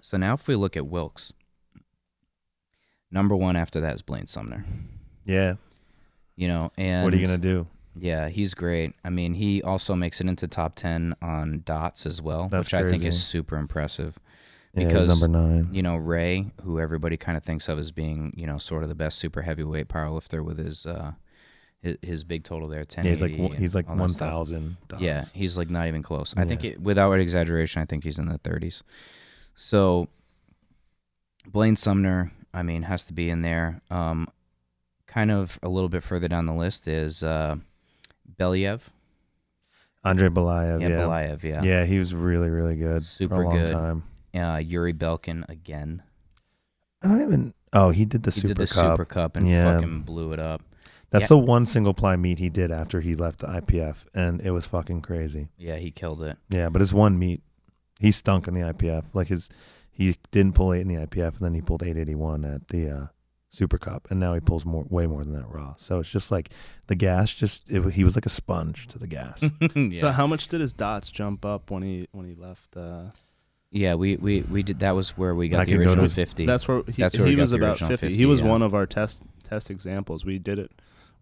So now if we look at Wilkes, number one after that is Blaine Sumner.
Yeah,
You know, and
what are you gonna do?
Yeah, he's great. I mean, he also makes it into top 10 on dots as well,
That's
which I think
crazy.
is super impressive.
Yeah, he's
because,
number nine.
You know, Ray, who everybody kind of thinks of as being, you know, sort of the best super heavyweight powerlifter with his uh his, his big total there, 10.
Yeah, he's like one- he's like one thousand.
Yeah, he's like not even close. I think
Yeah.
it, without exaggeration, I think he's in the 30s. So Blaine Sumner, I mean, has to be in there. Um, kind of a little bit further down the list is uh, Believ.
Andre Belayev. Yeah,
Yeah, Belayev, yeah.
yeah. he was really really good for
Super
a long
good.
time.
Uh, Yuri Belkin again.
I don't even. Oh, he did the
He
Super
did the
Cup.
Super Cup and
Yeah.
fucking blew it up.
That's
Yeah.
the one single ply meet he did after he left the IPF, and it was fucking crazy.
Yeah, he killed it.
Yeah, but his one meet, he stunk in the IPF. Like his, he didn't pull eight in the IPF, and then he pulled eight eighty one at the uh, Super Cup, and now he pulls more, way more than that raw. So it's just like the gas, just it, he was like a sponge to the gas.
Mm-hmm. yeah.
So how much did his dots jump up when he when he left? Uh,
yeah, we, we we did that was where we got
I
the
can go to
original
his-
50.
that's where he,
That's where
he
we got
was
the
about
original
50.
50,
He was
yeah.
one of our test test examples. We did it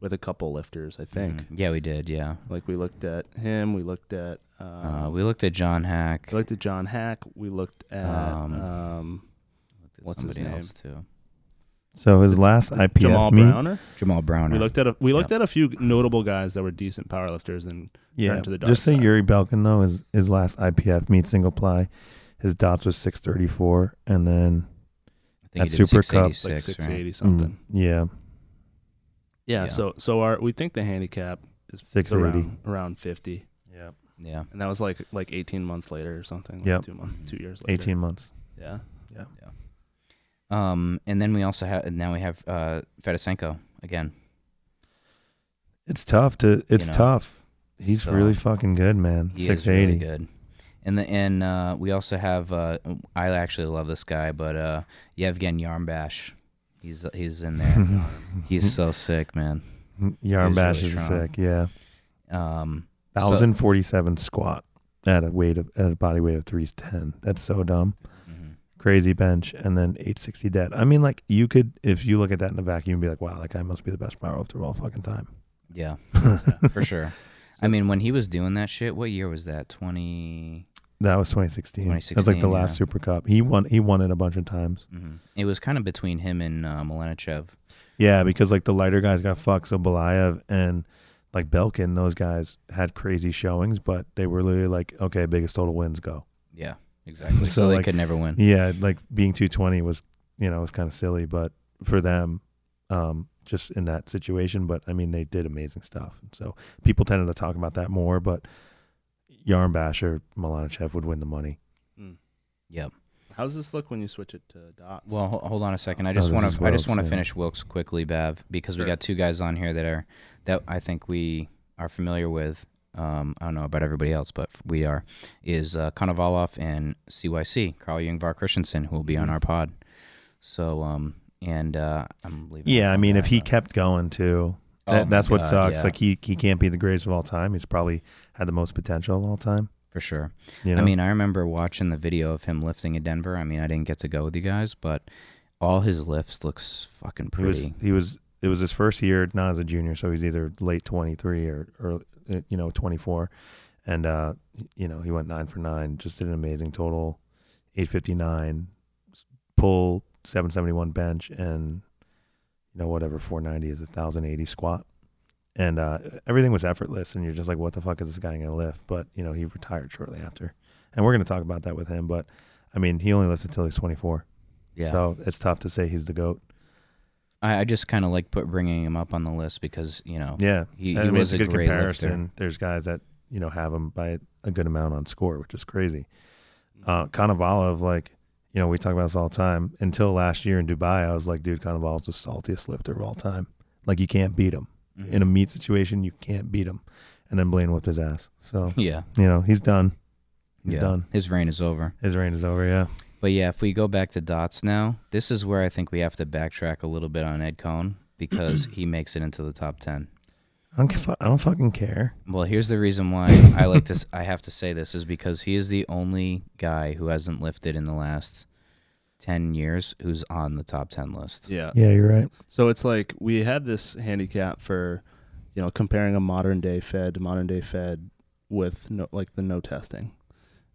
with a couple lifters, I think.
Mhm. Yeah, we did, yeah.
Like we looked at him, we looked at um,
Uh, we looked at John Hack.
we looked at John Hack, we looked at
Um,
um,
Looked at
what's his
somebody
name?
else too.
so his last IPF
Jamal
meet,
Browner.
Jamal Browner.
We looked at a, we looked at a few notable guys that were decent powerlifters and
yeah,
turned to the dark
just say
side.
Yuri Belkin though. His his last IPF meet single ply, his dots was six thirty four, and then mm,
I think he
at
did
Super Cup, like
like
686, right?
680 something.
mm, yeah,
Yeah,
Yeah.
So so our we think the handicap is
680.
around, around fifty,
yeah,
Yeah.
and that was like like eighteen months later or something. Like
Yep.
two months, two years later.
eighteen months.
Yeah.
Um, and then we also have now we have uh, Fedosenko again.
It's tough to. It's
know,
tough. He's
so-
really fucking good, man.
He
Six
is really
eighty.
good. And the and uh, we also have uh, I actually love this guy, but uh, Yevgen Yarmbash, he's he's in there. he's so sick, man.
Yarn
He's
bash
really
is
strong.
sick. Yeah,
Um, so-
thousand forty-seven squat. at a weight of at a body weight of three ten. That's so dumb.
hmm
Crazy bench, and then eight sixty dead. I mean, like you could if you look at that in the vacuum, and be like, wow, that guy must be the best powerlifter of all fucking time.
Yeah, for sure. I mean, when he was doing that shit, what year was that? 20.
That was 2016. That was like the
2016,
last
yeah.
Super Cup. He won. He won it a bunch of times.
Mhm. It was kind of between him and uh, Milanichev.
Yeah, because like the lighter guys got fucked. So Belayev and like Belkin, those guys had crazy showings, but they were literally like, okay, biggest total wins go.
Yeah, exactly.
So,
so they
like,
could never win.
Yeah, like being 220 was, you know, was kind of silly, but for them, um, just in that situation. But I mean, they did amazing stuff. So people tended to talk about that more, but Yarn Basher, Milanichev would win the money.
Yep.
Mm. How does this look when you switch it to dots?
Well, ho- hold on a second. I
Oh,
just
this
want
is
to. I just
Wilkes,
want to
yeah.
finish Wilkes quickly, Bav, because
Sure.
we got two guys on here that are that I think we are familiar with. Um, I don't know about everybody else, but we are. Is uh, Konovalov and CYC Carl Jungvar Christensen, who will
Mm-hmm.
be on our pod. So, um, and uh, I'm leaving.
Yeah, I mean, if he
can
kept going too,
Oh
That,
my
that's what
God,
sucks.
yeah.
Like he, he can't be the greatest of all time. He's probably had the most potential of all time.
for sure.
You know?
I mean, I remember watching the video of him lifting in Denver. I mean, I didn't get to go with you guys, but all his lifts looks fucking
he was
pretty.
he was it was his first year, not as a junior, so he's either late twenty three or or uh, you know twenty four, and uh, you know he went nine for nine, just did an amazing total, eight fifty nine, pull seven seventy one bench, and you know whatever four ninety is a thousand eighty squat. And uh, everything was effortless, and you're just like, "What the fuck is this guy gonna lift?" But you know, he retired shortly after, and we're gonna talk about that with him. But I mean, he only lifted until he's 24,
yeah.
so it's tough to say he's the goat.
I, I just kind of like put bringing him up on the list because you know
Yeah,
he, he
I mean,
was
it's a
a
good
great
comparison.
lifter.
There's guys that you know have him by a good amount on score, which is crazy. Uh, Konovalov, like you know, we talk about this all the time. Until last year in Dubai, I was like, dude, Konovalov's the saltiest lifter of all time. Like you can't beat him
Mhm.
in a meat situation. You can't beat him. And then Blaine whipped his ass. So
yeah,
you know he's done. He's
yeah.
done.
His reign is over.
His reign is over. Yeah.
But yeah, if we go back to dots now, this is where I think we have to backtrack a little bit on Ed Cohn because he makes it into the top ten.
I don't, give a- I don't fucking care.
Well, here's the reason why I like this. I have to say this is because he is the only guy who hasn't lifted in the last ten years who's on the top ten list.
yeah.
Yeah, you're right.
So it's like we had this handicap for, you know, comparing a modern day Fed to modern day Fed with no, like the no testing,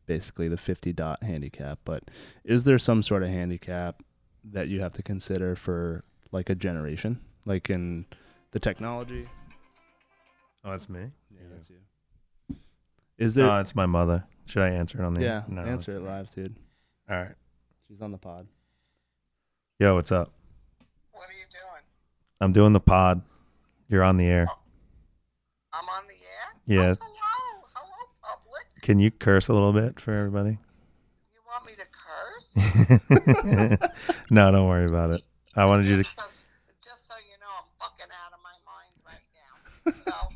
basically the 50 dot handicap. But is there some sort of handicap that you have to consider for like a generation, like in the technology?
Oh, that's me.
Yeah, that's you. Is there?
No, it's my mother. Should Uh, I answer it on the?
yeah,
No,
answer it
it's-
live, dude.
All right.
She's on the pod.
Yo, what's up?
What are you doing?
I'm doing the pod. You're on the air.
I'm on the air?
Yeah.
Oh, hello. Hello, public.
Can you curse a little bit for everybody?
You want me to curse?
no, don't worry about it. I wanted you to.
Because, just so you know, I'm fucking out of my mind right now. So,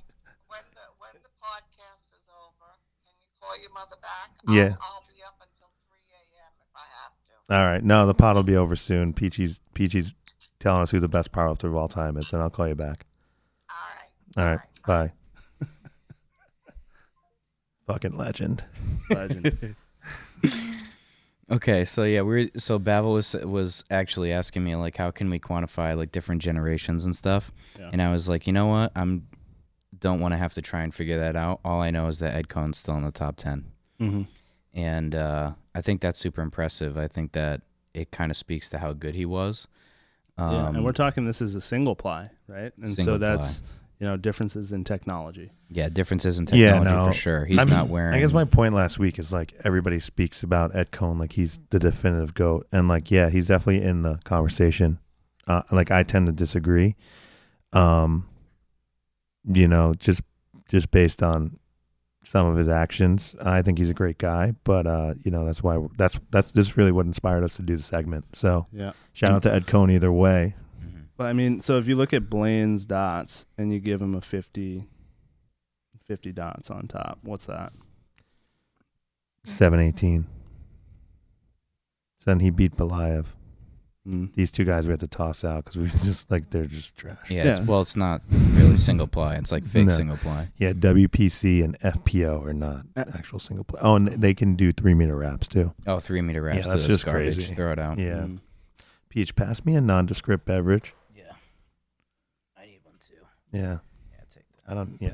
when the, when the podcast is over, can you call your mother back? I'll,
Yeah.
I'll be up until 3 a.m. if I have to.
All right. No, the pod will be over soon. Peachy's Peachy's telling us who the best powerlifter of all time is, and I'll call you back.
All right.
All right. Bye. Fucking legend.
Legend.
Okay, so yeah, we're so Babel was was actually asking me like, how can we quantify like different generations and stuff?
Yeah.
And I was like, you know what, I'm don't want to have to try and figure that out. All I know is that Ed Cohn's still in the top ten,
mm-hmm.
and uh, I think that's super impressive. I think that it kind of speaks to how good he was. Um,
yeah, and we're talking this is a single ply, right? And so
Single ply.
that's you know differences in technology.
yeah, differences in technology
no.
for sure. He's
I mean,
not wearing.
I guess my point last week is like everybody speaks about Ed Cohn like he's the definitive goat, and like yeah, he's definitely in the conversation. Uh, like I tend to disagree. Um, you know, just just based on some of his actions, I think he's a great guy. But uh, you know, that's why that's that's just really what inspired us to do the segment. So
Yeah.
shout out to Ed Cohn either way.
Mhm.
But I mean, so if you look at Blaine's dots and you give him a 50, 50 dots on top, what's that?
Seven eighteen. Then he beat Belayev.
Hmm.
Mm.
These two guys we had to toss out because we just like they're just trash.
Yeah, It's,
Yeah.
well, it's not really single ply. It's like fake
No.
single ply.
Yeah, WPC and FPO are not
Uh,
actual single play. Oh, and they can do three meter wraps too.
Oh, three meter wraps.
Yeah,
to
that's
this
just
garbage.
crazy.
Throw it out.
Yeah.
Mm.
Peach, pass me a nondescript beverage.
Yeah. I need one too.
Yeah,
Yeah, take that.
I don't. Yeah,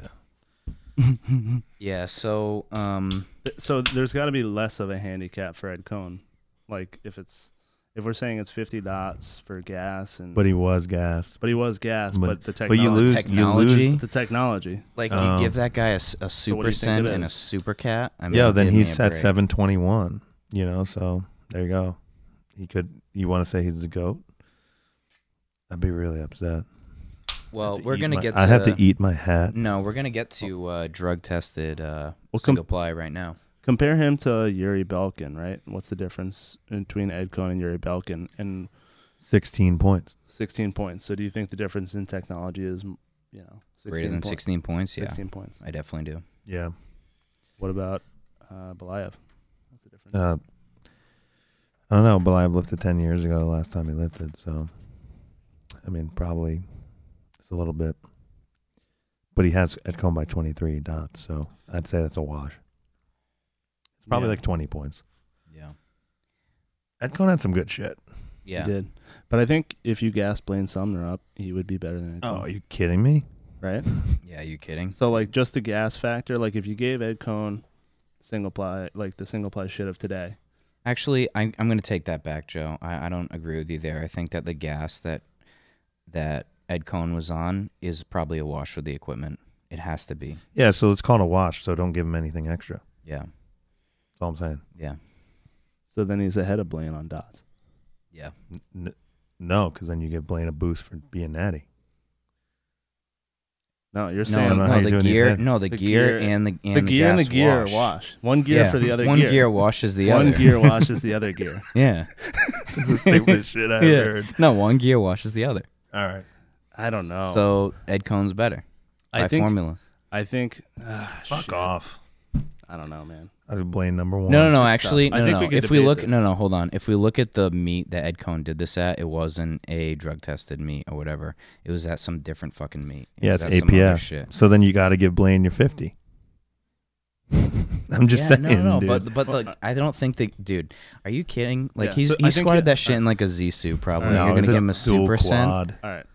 Yeah, so um
Hmm. So there's got to be less of a handicap for Ed Cohn. Like if it's if we're saying it's 50 dots for gas and
but he was gassed.
but he was gas,
But-
but, the
But
technology
you lose. You
Technology?
lose.
the technology.
like
Um,
you give that guy a, s- a
what
super
do you think
sen
it
and a
is?
super cat. I mean,
Yeah, then
give me
he's
a
at
break.
seven twenty one. You know, so there you go. He could. You want to say he's the goat? I'd be really upset.
Well,
To
we're
eat
gonna
my-
get. To,
I'd have to eat my hat.
No, we're gonna get to uh, drug tested uh,
Well, com-
single ply right now.
Compare him to Yuri Belkin, right? What's the difference between Ed Cohn and Yuri Belkin and
Sixteen points.
16 points? So do you think the difference in technology is, you know, 16
Greater than
points?
sixteen points. Yeah,
16 points.
I definitely do.
Yeah.
What about uh, Belayev? What's the difference?
Uh, I don't know, but I've lifted ten years ago. The last time he lifted, so I mean, probably it's a little bit. But he has at comb by twenty three dots, so I'd say that's a wash. It's probably
Yeah.
like twenty points.
Yeah,
Edcon had some good shit.
yeah.
He did. But I think if you gas Blaine Sumner up, he would be better than Ed
Oh,
Cohn,
are you kidding me?
right?
Yeah, you kidding?
So like just the gas factor, like if you gave Ed Cohn single ply, like the single ply shit of today,
Actually, I'm I'm gonna take that back, Joe. I, I don't agree with you there. I think that the gas that that Ed Cohn was on is probably a wash with the equipment. It has to be.
Yeah, so let's call it a wash. So don't give him anything extra. That's
Yeah,
all I'm saying.
yeah,
so then he's ahead of Blaine on dots.
yeah.
N- n- no, because then you give Blaine a boost for being natty.
No, you're
No,
saying
don't know how
no,
you're
the
doing these
gear,
head-
no, the,
The
gear,
gear-
and the and
the gear and the
gas
gear
wash.
wash. One gear
Yeah,
for the other
one
gear.
washes the
one
other.
gear washes the other gear.
Yeah.
That's the stupidest shit I've
Yeah.
heard.
No, one gear washes the other.
All right.
I don't know.
So Ed Cohn's better by
Oh. I think
formula.
I think ah,
Fuck
shit.
off.
I don't know, man.
I would Blaine number one.
No, no, no.
It's
Actually,
tough. I
no,
think
no.
we
no.
could
if we
debate
look,
this.
no, no. Hold on. If we look at the meat that Ed Cohn did this at, it wasn't a drug tested meat or whatever. It was at some different fucking meat. It
Yeah,
was
it's
at some other
APF.
shit.
So then you got to give Blaine your 50. I'm just
yeah,
saying.
no, no,
dude.
but but
Well,
like, I don't think the dude. Are you kidding? Like
Yeah,
he's
so I
he
think
squatted
you-
that shit in like a Zisu probably.
No,
You're gonna
it's
give him a
dual
super cent.
quad.
All right.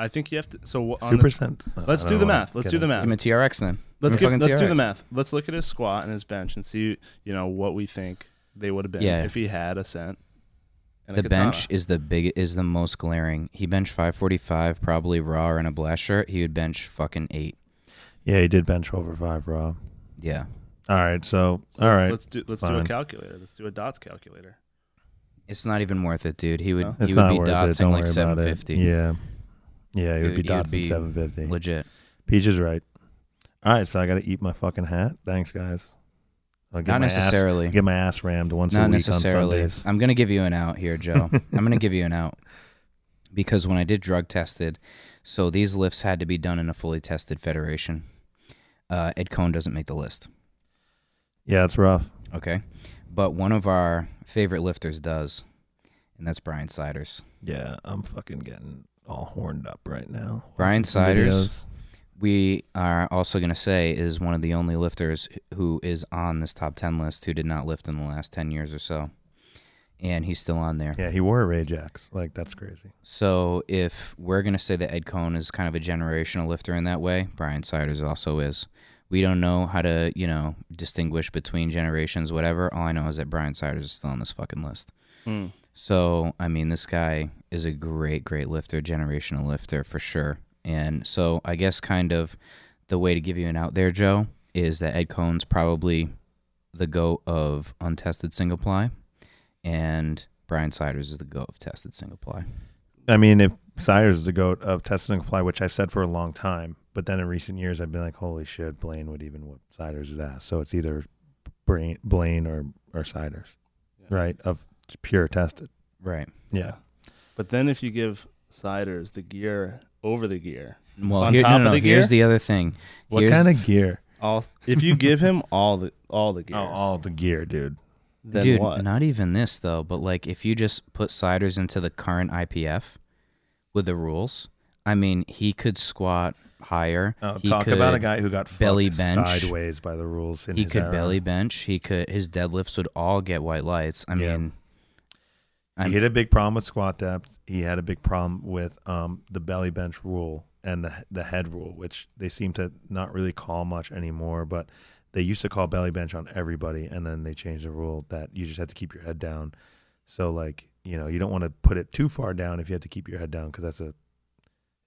I think you have to. So wh- on
Super
the-
cent? No,
Let's
I
do
don't
the
wanna
math. Let's
get
do the
into
math.
Give him a TRX then.
let's
Give
give,
him fucking
let's do
TRX.
the math. Let's look at his squat and his bench and see you know what we think they would have been
Yeah.
if he had a cent. And a
The
katana.
bench is the big is the most glaring. He bench 545 probably raw or in a blast shirt. He would bench fucking eight.
it. Yeah, he did bench over five, Rob.
Yeah.
All right. So, all right.
Let's do let's do a
Fine.
calculator. Let's do a dots calculator.
It's not even worth it, dude. He would
No?
it's
he would
not
be
worth it.
dotsing
Don't
like
worry about it.
750.
Yeah. Yeah, it would be
Dude, it would
dots in
be
750.
Legit.
Peach is right. All right, so I got to eat my fucking hat. Thanks, guys. I'll get
Not
my ass-
necessarily.
get my ass rammed once
not
a week on
necessarily.
Sundays.
I'm gonna give you an out here, Joe. I'm gonna give you an out because when I did drug tested, so these lifts had to be done in a fully tested federation. Uh, Ed Cohn doesn't make the list.
Yeah, it's rough.
Okay, but one of our favorite lifters does, and that's Brian Siders.
Yeah, I'm fucking getting all horned up right now.
Brian
Watching some
Siders.
videos.
we are also going to say is one of the only lifters who is on this top 10 list who did not lift in the last 10 years or so. And he's still on there.
Yeah, he wore a Ray Jacks. Like that's crazy.
So if we're going to say that Ed Cohn is kind of a generational lifter in that way, Brian Siders also is. We don't know how to, you know, distinguish between generations, whatever. All I know is that Brian Siders is still on this fucking list.
Mm.
So, I mean, this guy is a great, great lifter, generational lifter for sure. And so, I guess, kind of the way to give you an out there, Joe, is that Ed Cohn's probably the goat of untested single ply, and Brian Siders is the goat of tested single ply.
I mean, if Siders is the goat of test and comply, which I've said for a long time, but then in recent years I've been like, holy shit, Blaine would even whip Siders' ass. So it's either Brain, Blaine or or Siders,
Yeah.
right? Of pure tested.
Right.
Yeah.
But then if you give Siders the gear over the gear,
Well,
On
here,
top
no,
of
no,
the gear?
here's the other thing.
What
Here's-
kind of gear?
all if you give him all the all the gears,
Oh, all the Oh, gear, dude. then
Dude,
what?
not even this though, but like if you just put Siders into the current IPF with the rules, I mean, he could squat higher.
Oh,
he
talk
could,
about a guy who got
belly
fucked
bench.
sideways by the rules. In
He
his
could
era.
belly bench. He could his deadlifts would all get white lights. I
Yeah.
mean,
He
I'm-
had a big problem with squat depth. He had a big problem with um, the belly bench rule and the the head rule, which they seem to not really call much anymore. But they used to call belly bench on everybody, and then they changed the rule that you just have to keep your head down. So like you know you don't want to put it too far down if you have to keep your head down because that's a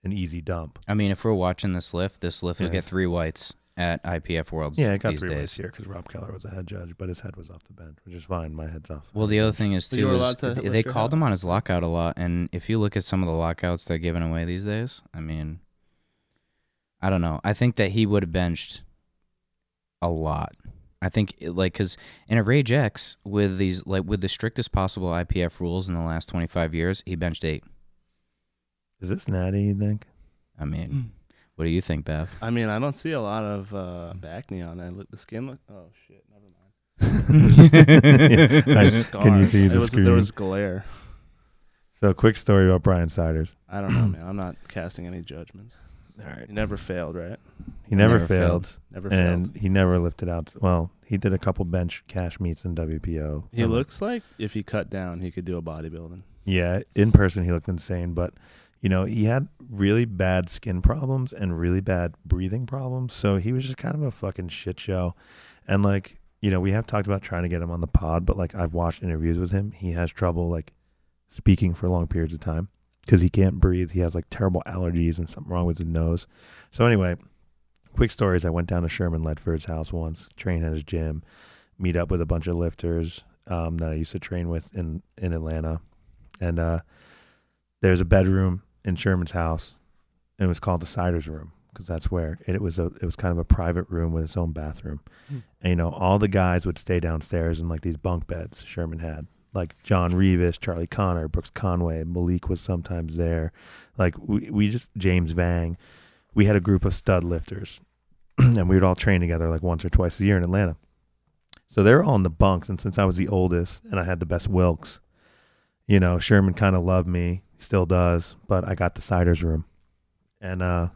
an easy dump.
I mean, if we're watching this lift, this lift will get
Yes.
three whites at IPF Worlds.
Yeah, it got
these
three
days.
ways here because Rob Keller was a head judge, but his head was off the bench, which is fine. My head's off.
Well, the other thing is
So you
too
were
is
allowed to
th-
lift
they
your
called
head
him on his lockout a lot, and if you look at some of the lockouts they're giving away these days, I mean, I don't know. I think that he would have benched a lot. I think it- like because in a Rage X with these like with the strictest possible IPF rules in the last twenty five years, he benched eight.
Is this natty? You think?
I
Hmm.
mean, what do you think, Bev?
I mean, I don't see a lot of uh, acne on that. Look, The skin look. Oh shit! Never mind.
I- can you
Scars.
see
It
the
was-
screen?
There was glare.
So, quick story about Brian Siders.
I don't know, man. I'm not casting any judgments.
All right.
He never failed, right?
He never,
Never
failed,
Never
and
failed.
he never lifted out. Well, he did a couple bench cash meets in WPO.
He
Um,
looks like if he cut down, he could do a bodybuilding.
yeah, in person he looked insane, but you know he had really bad skin problems and really bad breathing problems. So he was just kind of a fucking shit show. And like you know, we have talked about trying to get him on the pod, but like I've watched interviews with him, he has trouble like speaking for long periods of time because he can't breathe. He has like terrible allergies and something wrong with his nose. So anyway, quick stories. I went down to Sherman Ledford's house once, train at his gym, meet up with a bunch of lifters um, that I used to train with in in Atlanta, and uh, there's a bedroom in Sherman's house, and it was called the Siders Room because that's where it, was a it was kind of a private room with its own bathroom,
Hmm.
and you know all the guys would stay downstairs in like these bunk beds Sherman had. Like John Revis, Charlie Connor, Brooks Conway, Malik was sometimes there. Like we, we just James Vang, we had a group of stud lifters and we would all train together like once or twice a year in Atlanta. So they were all in the bunks. And since I was the oldest and I had the best Wilks, you know, Sherman kind of loved me, still does, but I got the Siders room. And, uh,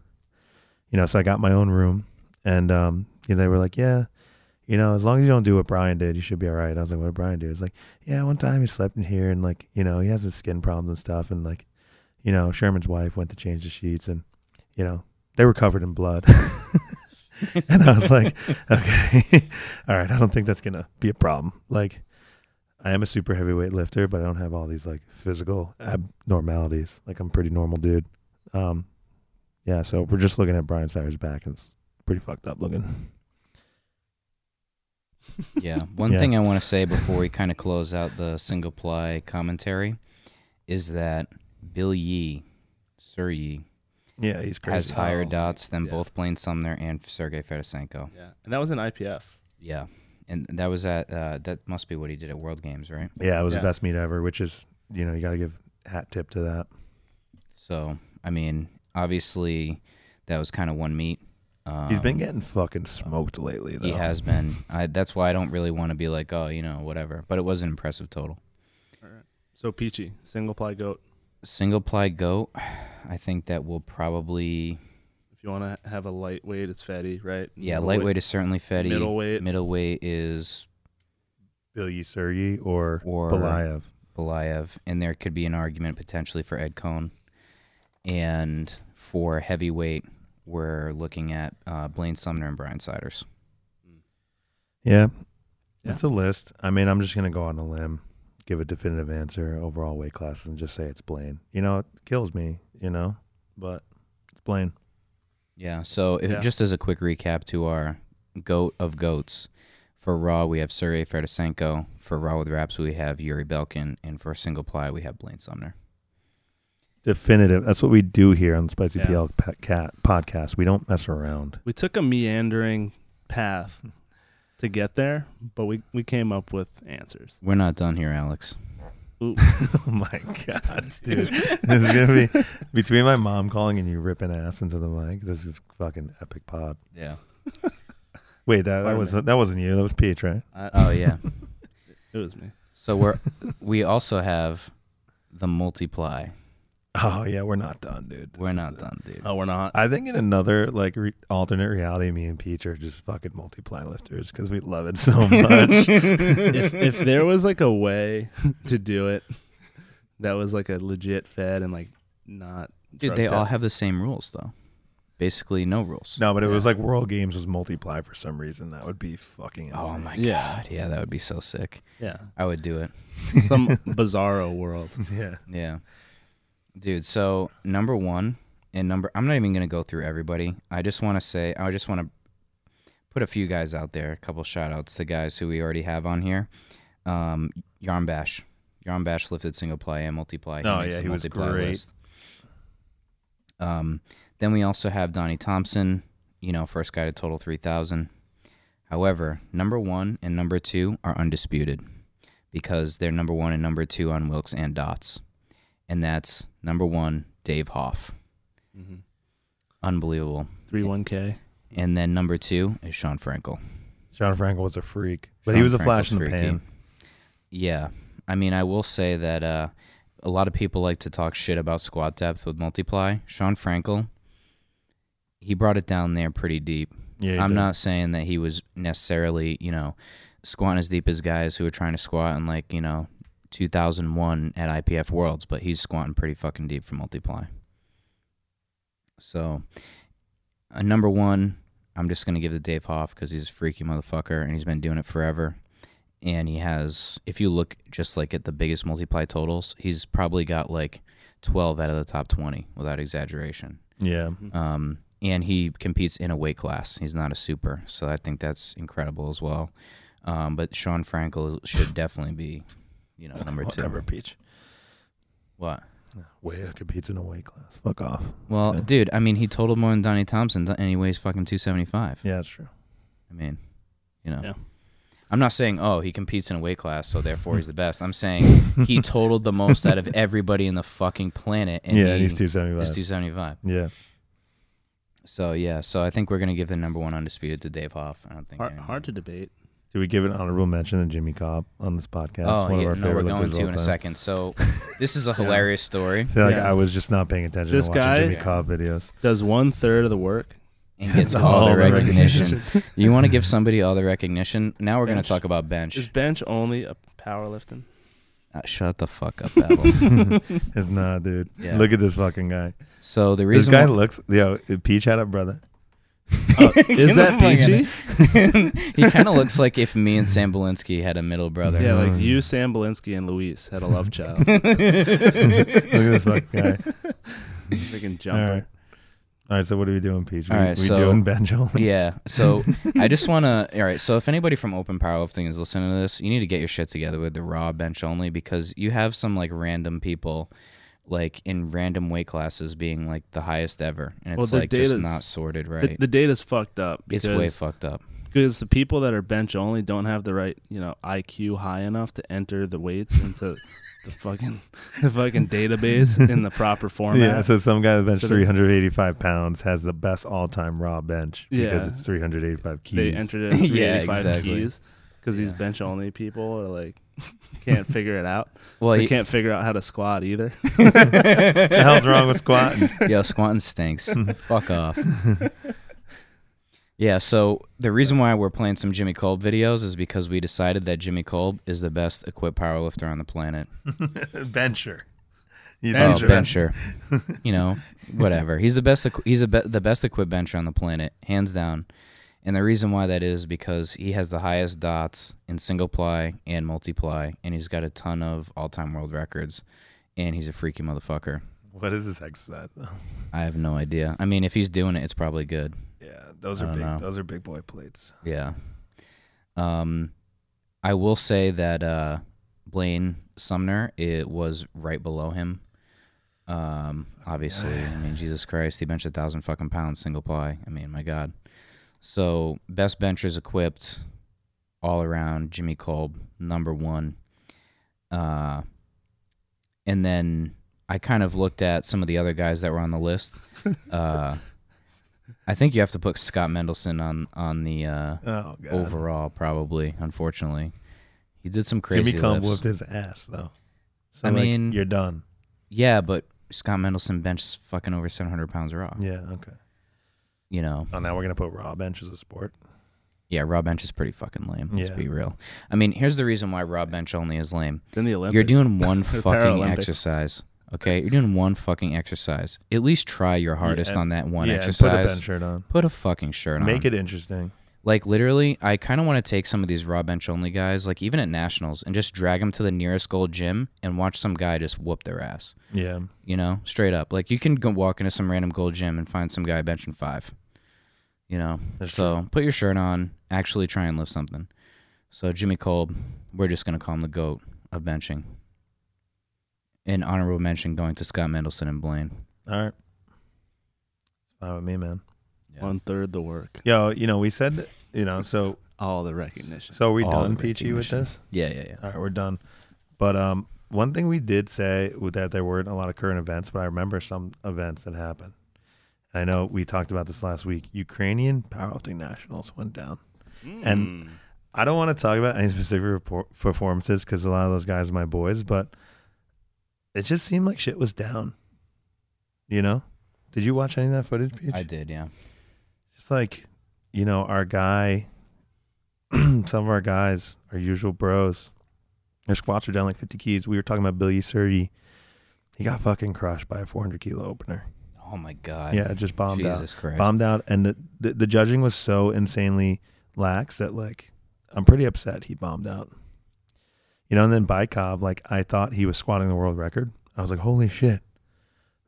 you know, so I got my own room. And, um, you know, they were like, yeah, you know, as long as you don't do what Brian did, you should be all right. I was like, what did Brian do? It's like, yeah, one time he slept in here and, like, you know, he has his skin problems and stuff. And, like, you know, Sherman's wife went to change the sheets and, you know, they were covered in blood. and I was like, okay, all right, I don't think that's going to be a problem. Like, I am a super heavyweight lifter, but I don't have all these like physical abnormalities. Like, I'm a pretty normal dude. Um, yeah, so we're just looking at Brian Sires' back, and it's pretty fucked up looking.
Yeah. One
Yeah.
thing I want to say before we kind of close out the single ply commentary is that Bill Yee, Sir Yee,
Yeah, he's crazy.
has higher dots than
Oh. yeah.
both Blaine Sumner and Sergey Fedosenko.
Yeah, and that was an IPF.
Yeah. And that was at, uh, that must be what he did at World Games, right?
yeah, it was
Yeah.
the best meet ever, which is, you know, you got to give hat tip to that.
So, I mean, obviously that was kind of one meet. Um,
He's been getting fucking smoked lately, though.
He has been. I, that's why I don't really want to be like, oh, you know, whatever. But it was an impressive total.
So peachy, single ply goat.
Single ply goat, I think that will probably,
If you want to have a lightweight, it's fatty, right?
yeah,
Middleweight-
lightweight is certainly fatty.
Middleweight.
Middleweight is
Billy Surgi or,
Or-
Belayev.
Belayev, and there could be an argument potentially for Ed Cohn. And for heavyweight, we're looking at uh, Blaine Sumner and Brian Siders.
Yeah. It's a list. I mean, I'm just going to go on a limb, give a definitive answer overall weight class, and just say it's Blaine. You know, it kills me, you know, but it's Blaine.
Yeah. So if,
Yeah.
just as a quick recap to our goat of goats, for Raw we have Sergey Ferdisenko. For Raw with Raps we have Yuri Belkin, and for Single Ply we have Blaine Sumner.
Definitive. That's what we do here on the Spicy
Yeah.
PL pa- cat podcast. We don't mess around.
We took a meandering path to get there, but we we came up with answers.
We're not done here, Alex.
oh my God, dude. this is going to be between my mom calling and you ripping ass into the mic. This is fucking epic pod.
Yeah.
Wait, that, that
Pardon
was
me.
that wasn't you. That was Peach, right?
I,
Oh yeah.
It was me.
So we're we also have the multiply.
Oh yeah, we're not done, dude. This
We're
is
not
it.
done, dude.
Oh, we're not.
I think in another like re- alternate reality, me and Peach are just fucking multiply lifters because we love it so much.
if if there was like a way to do it that was like a legit fed and like not
Dude, they
drugged
all
up.
have the same rules though. Basically, no rules.
no, but it was
Yeah.
like World Games was multiply for some reason. That would be fucking insane.
Oh my
Yeah.
god, yeah, that would be so sick.
yeah
I would do it.
some bizarro world.
Yeah.
Yeah. Dude, so number one and number I'm not even gonna go through everybody. I just wanna say I just wanna put a few guys out there, a couple shout outs to guys who we already have on here. Um Yarn Bash. Yarn Bash lifted single ply and multiply.
Oh,
makes
yeah,
the
he was
multiply
great.
Um then we also have Donnie Thompson, you know, first guy to total three thousand. However, number one and number two are undisputed because they're number one and number two on Wilkes and Dots. And that's number one, Dave Hoff.
Mm-hmm.
Unbelievable.
Three one k.
And then number two is Sean Frankel.
Sean Frankel was a freak, but he
Sean
was a flash
Frankel's
in the
freaky.
pan.
Yeah. I mean, I will say that uh, a lot of people like to talk shit about squat depth with multiply. Sean Frankel, he brought it down there pretty deep.
Yeah, he
I'm
did.
not saying that he was necessarily, you know, squatting as deep as guys who were trying to squat in like, you know, 2001 at IPF Worlds, but he's squatting pretty fucking deep for multiply. So, uh, number one, I'm just going to give it to Dave Hoff because he's a freaky motherfucker and he's been doing it forever. And he has, if you look just like at the biggest multiply totals, he's probably got like 12 out of the top 20 without exaggeration.
Yeah,
Mm-hmm.
Um, and he competes in a weight class. He's not a super, so I think that's incredible as well. Um, but Sean Frankel should definitely be, you know, number two.
Whatever, Peach.
What?
Way competes in a weight class. Fuck off.
Well,
Yeah.
dude, I mean, he totaled more than Donnie Thompson, and he weighs fucking two seventy five.
Yeah, that's true.
I mean, you know.
Yeah.
I'm not saying, oh, he competes in a weight class, so therefore he's the best. I'm saying he totaled the most out of everybody in the fucking planet, and
yeah, and
he
he's two seventy
is
five.
275.
Yeah,
So yeah, so I think we're gonna give the number one undisputed to Dave Hoff. I don't think
Hard,
anyone-
hard to debate.
do we give an honorable mention to Jimmy Cobb on this podcast?
Oh
One of
yeah,
our
no, we're
favorite
going
lifters
to
of all
in a
time.
second. So this is a hilarious story
So, like,
Yeah.
I was just not paying attention
This
to watching
guy-
Jimmy Cobb videos.
Does one third of the work?
and gets
All
all the
the
recognition. you want to give somebody all the recognition? Now we're going to
Bench.
talk about bench.
Is bench only a powerlifting?
Uh, shut the fuck up, Babel.
It's not, dude.
Yeah.
Look at this fucking guy.
so the
This
reason
guy
why-
looks, yo, Peach had a brother.
Uh, Is
Get
that
the fuck outta
PG?
uh,
he kind of looks like if me and Sam Belinsky had a middle brother.
Yeah, like
Uh.
you, Sam Belinsky, and Luis had a love child.
Look at this fucking guy.
Freaking
All
jumper.
right. All right, so what are we doing, Peach? We,
All right,
we
so-
doing bench only?
Yeah. So I just want to. All right. So if anybody from Open Powerlifting is listening to this, you need to get your shit together with the raw bench only because you have some like random people, like in random weight classes, being like the highest ever, and
Well,
it's
the
like just
data's-
not sorted
The-
right.
The, data's fucked up
it's way
because
fucked up.
because the people that are bench only don't have the right you know IQ high enough to enter the weights into the fucking the fucking database in the proper format.
Yeah, so some guy that bench
So they-
385 pounds has the best all-time raw bench because
Yeah.
it's 385 keys.
they entered it at
Yeah,
385
exactly.
keys because these
Yeah.
bench only people are like can't figure it out.
Well,
they
you-
can't figure out how to squat either.
the hell's wrong with squatting?
Yo, squatting stinks. Fuck off. Yeah, so the reason why we're playing some Jimmy Kolb videos is because we decided that Jimmy Kolb is the best equipped powerlifter on the planet.
Bencher. You
Oh,
think
Bencher.
that-
bencher. you know, whatever. He's the best. equ- He's the be- the best equipped bencher on the planet, hands down. And the reason why that is because he has the highest dots in single ply and multiply, and he's got a ton of all time world records. And he's a freaky motherfucker.
What is this exercise? though?
I have no idea. I mean, if he's doing it, it's probably good.
Yeah, those
I
are
don't
big.
know.
Those are big boy plates.
Yeah. Um, I will say that uh, Blaine Sumner it was right below him. Um, obviously, I mean Jesus Christ, he benched a thousand fucking pounds single ply. I mean, my God. So best benchers equipped, all around. Jimmy Kolb number one. Uh, and then I kind of looked at some of the other guys that were on the list. Uh, I think you have to put Scott Mendelson on on the uh,
Oh god.
overall, probably. Unfortunately, He did some crazy.
Jimmy Cumb
lifts.
whooped his ass though. So
I
like,
mean-
you're done.
Yeah, but Scott Mendelson benches fucking over 700 pounds raw.
Yeah. Okay.
You know,
Oh, now we're gonna put raw bench as a sport.
yeah, raw bench is pretty fucking lame. Let's
Yeah.
be real. I mean, here's the reason why raw bench only is lame.
It's in the Olympics.
You're doing one fucking
Paralympics.
exercise. Okay, you're doing one fucking exercise. At least try your hardest
and-
on that one
yeah, and
exercise.
Put a bench shirt on.
Put a fucking shirt on.
Make it interesting.
Like literally, I kind of want to take some of these raw bench only guys, like even at nationals, and just drag them to the nearest gold gym and watch some guy just whoop their ass.
Yeah.
You know, straight up. Like you can go walk into some random gold gym and find some guy benching five. You know,
That's
so put your shirt on. Actually, try and lift something. So Jimmy Kolb, we're just gonna call him the goat of benching. An honorable mention going to Scott Mendelson and Blaine.
All right. Fine with me, man.
one third the work,
Yo, you know we said that, you know so
all the recognition.
so are we
All
done
the
peachy with
recognition.
this.
Yeah, yeah, yeah.
All right, we're done. But um, one thing we did say was that there weren't a lot of current events, but I remember some events that happened. I know we talked about this last week. Ukrainian powerlifting nationals went down.
Hmm.
Hmm.
And I don't want to talk about any specific repor performances because a lot of those guys are my boys, but it just seemed like shit was down. You know? Did you watch any of that footage? Peach?
I did, yeah.
just like you know our guy some of our guys our usual bros their squats are down like 50 keys we were talking about billy Surdy. he got fucking crushed by a 400 kilo opener
Oh my god.
yeah just bombed out
Jesus Christ.
bombed out and the, the the judging was so insanely lax that like i'm pretty upset he bombed out you know and then bykov like i thought he was squatting the world record i was like holy shit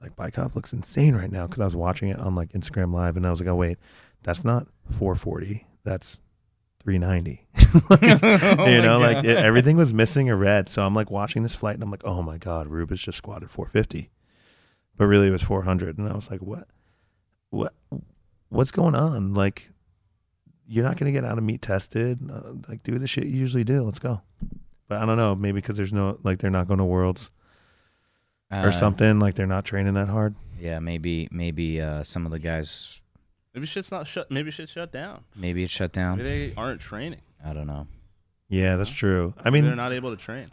like bykov looks insane right now because i was watching it on like instagram live and i was like oh wait that's not 440 that's 390 you know like it, everything was missing a red so i'm like watching this flight and i'm like oh my god rubis just squatted 450 but really it was 400 and i was like what what what's going on like you're not going to get out of meat tested uh, like do the shit you usually do let's go but i don't know maybe because there's no like they're not going to worlds or
Uh,
something like they're not training that hard
Yeah, maybe maybe uh, some of the guys
maybe shit's not shut. Maybe shit's shut down.
maybe it's shut down.
Maybe they aren't training.
I don't know.
yeah that's true i
Maybe
mean
they're not able to train.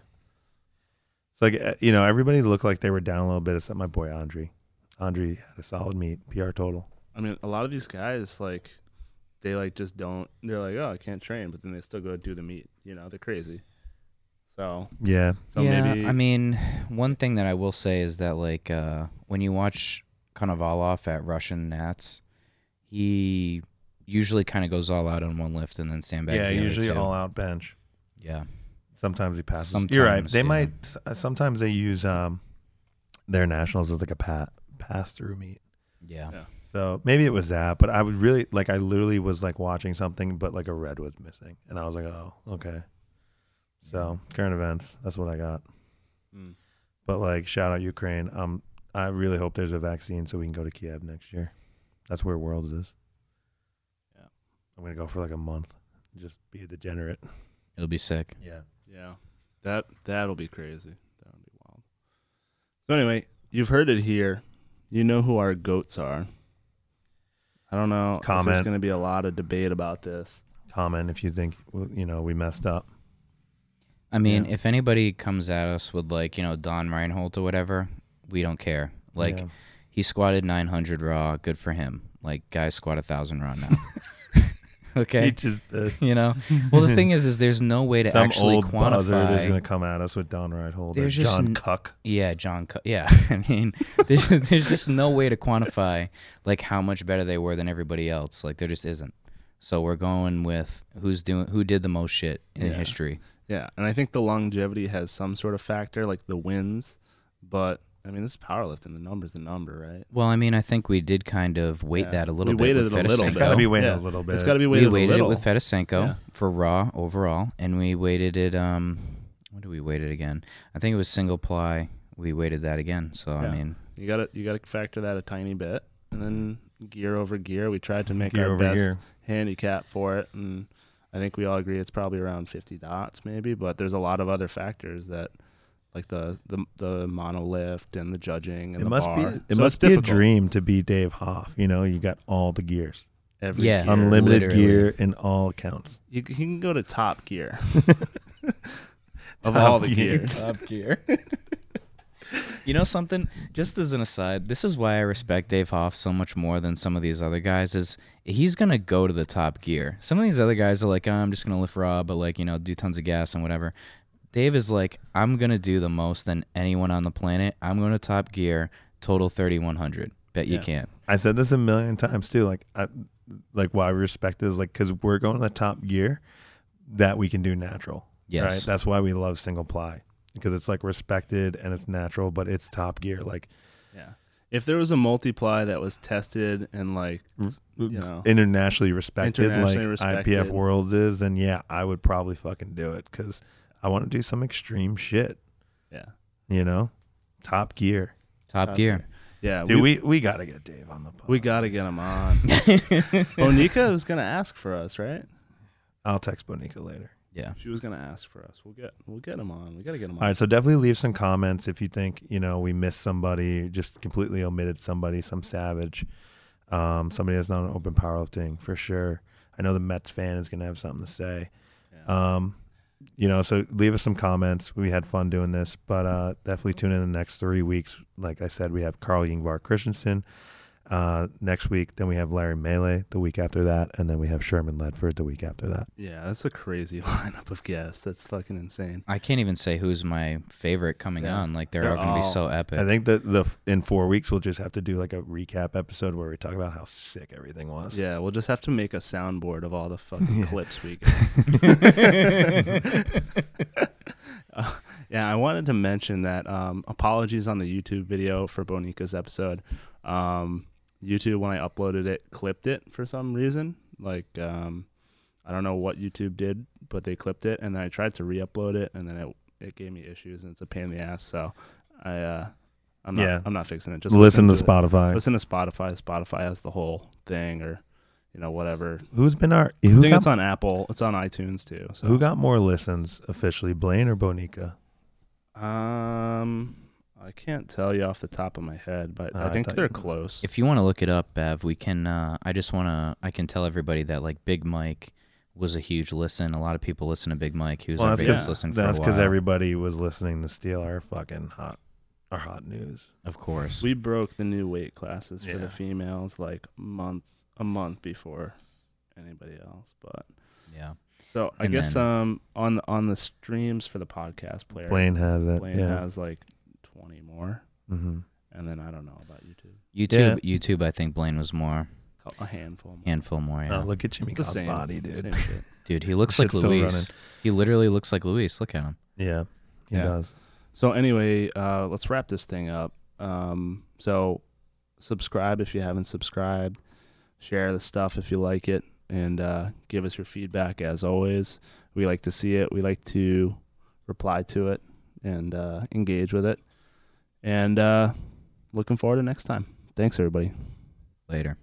It's like uh, you know, everybody looked like they were down a little bit except my boy Andre. Andre had a solid meet, PR total.
I mean, a lot of these guys like they like just don't. They're like, oh, I can't train, but then they still go do the meet. You know, they're crazy. So,
Yeah,
so
yeah,
maybe
I mean, one thing that I will say is that like uh, when you watch Konovalov at Russian Nats, he usually kind of goes all out on one lift and then sandbags.
yeah.
the other
Usually
two.
all out bench.
Yeah,
Sometimes he passes. You're right.
Sometimes,
They
yeah.
might. s- uh, Sometimes they use um their nationals as like a pat pass through meet.
yeah,
Yeah.
So maybe it was that. But I would really like. I literally was like watching something, but like a red was missing, and I was like, oh, okay. So current events. That's what I got.
Mm.
But like, shout out Ukraine. Um, I really hope there's a vaccine so we can go to Kiev next year. That's where Worlds is.
Yeah.
I'm gonna go for like a month. and Just be a degenerate.
It'll be sick.
Yeah.
Yeah, that that'll be crazy. That'll be wild. So anyway, you've heard it here. You know who our goats are. I don't know. if There's
Comment.
going to be a lot of debate about this.
Comment if you think well, you know we messed up.
I mean,
Yeah.
if anybody comes at us with like you know Don Reinhold or whatever, we don't care. Like
Yeah.
he squatted 900 raw. Good for him. Like guys squat a thousand raw now. okay.
He just pissed.
you know well the thing is is there's no way to
uh, Some
actually
old buzzard is
quantify
gonna come at us with Don Reithold or
There's just
John
n-
Cuck.
yeah john Co- yeah i mean there's, there's just no way to quantify like how much better they were than everybody else like there just isn't so we're going with who's doing who did the most shit in
Yeah.
history
Yeah, and I think the longevity has some sort of factor, like the wins. But I mean, this is powerlifting. The number's the number, right?
well i mean i think we did kind of weight
Yeah.
that a little
We
bit
waited
with
it a little
Fedosenko.
It's gotta be waiting
Yeah.
a little bit.
It's got to be
we
weighted.
waited
a little.
it with Fedosenko
Yeah.
for raw overall and we waited it um what did we wait it again i think it was single ply we waited that again so
Yeah.
i mean
you got to you got to factor that a tiny bit, and then gear over gear, we tried to make
Gear
our
over
best
gear.
handicap for it, and I think we all agree it's probably around 50 dots, maybe. But there's a lot of other factors that, like the the the mono lift and the judging and
It
the
must
bar.
be.
So
It
it's
must be a
difficult.
dream to be Dave Hoff. You know, you got all the gears,
Every
Yeah.
gear.
unlimited
literally.
gear in all accounts.
You, c- you can go to Top Gear. of
Top
all the
Gear.
gears.
Top Gear. you know something? Just as an aside, this is why I respect Dave Hoff so much more than some of these other guys. Is he's gonna go to the top gear. Some of these other guys are like, "Oh, I'm just gonna lift raw, but like you know, do tons of gas and whatever. Dave is like, I'm gonna do the most than anyone on the planet. I'm going to top gear, total 3100. Bet you
Yeah.
can't.
I said this a million times too. Like, I, like why we respect is like because we're going to the top gear that we can do natural.
Yes.
That's why we love single ply because it's like respected and it's natural, but it's top gear. Like
Yeah. If there was a multiply that was tested and like You know.
internationally respected,
Internationally
like IPF
respected.
Worlds is, then yeah, I would probably fucking do it because I want to do some extreme shit.
yeah.
You know, top gear.
Top,
Top
gear.
Yeah,
Dude,
Uh, we,
we, we, got to get Dave on the pod.
we got to get him on. Bonica was going to ask for us, right?
I'll text Bonica later.
Yeah.
She was going to ask for us. We'll get we'll get him on. We got to get him on.
All right, so definitely leave some comments if you think you know we missed somebody, just completely omitted somebody, some savage, um, somebody that's not an open powerlifting for sure. I know the Mets fan is gonna have something to say. Um, you know, so leave us some comments. We had fun doing this, but uh, definitely tune in the next three weeks. Like I said, we have Carl Yingvar Christensen uh, next week. Then we have Larry Melee the week after that, and then we have Sherman Ledford the week after that.
Yeah, that's a crazy lineup of guests. That's fucking insane.
I can't even say who's my favorite coming
Yeah.
on. Like they're,
They're
all gonna be
all-
so epic.
I think that the in four weeks we'll just have to do like a recap episode where we talk about how sick everything was.
Yeah, we'll just have to make a soundboard of all the fucking clips we get. Uh, yeah, I wanted to mention that. Um, apologies on the YouTube video for Bonica's episode. Um, YouTube, when I uploaded it, clipped it for some reason. Like, um, I don't know what YouTube did, but they clipped it, and then I tried to re-upload it, and then it it gave me issues, and it's a pain in the ass. So, I uh, I'm not
Yeah.
I'm not fixing it. Just
Listen, to
it.
Spotify.
Listen to Spotify. Spotify has the whole thing, or you know whatever.
Who's been our
I
who
think
got,
it's on Apple. It's on iTunes too. So
who got more listens officially, Blaine or Bonica?
Um, I can't tell you off the top of my head, but
Oh, I
I think
thought
they're
you-
close.
If you want to look it up, Bev, we can. Uh, I just want to. I can tell everybody that like Big Mike was a huge listen. A lot of people listen to Big Mike. He was
Well,
our
that's
biggest
yeah,
listen for
That's
a while.
because everybody was listening to steal our fucking hot our hot news.
of course.
we broke the new weight classes for
Yeah.
the females like month a month before anybody else. But
yeah.
so I
And
guess
then-
um on on the streams for the podcast player,
Blaine has it.
Blaine
yeah.
has like twenty more,
hmm
and then I don't know about YouTube,
YouTube. YouTube. I think Blaine was more
Cou- a handful. More.
handful more. Yeah.
Oh, look at Jimmy
It's the
Cobb's
same-
body, dude.
same shit.
Dude, he looks like
Shit's still running.
Luis. He literally looks like Luis. Look at him.
Yeah, he
Yeah.
does.
So anyway, uh, let's wrap this thing up. Um, so subscribe if you haven't subscribed. Share the stuff if you like it, and uh, give us your feedback as always. We like to see it. We like to reply to it and uh, engage with it. And uh, looking forward to next time. Thanks, everybody.
Later.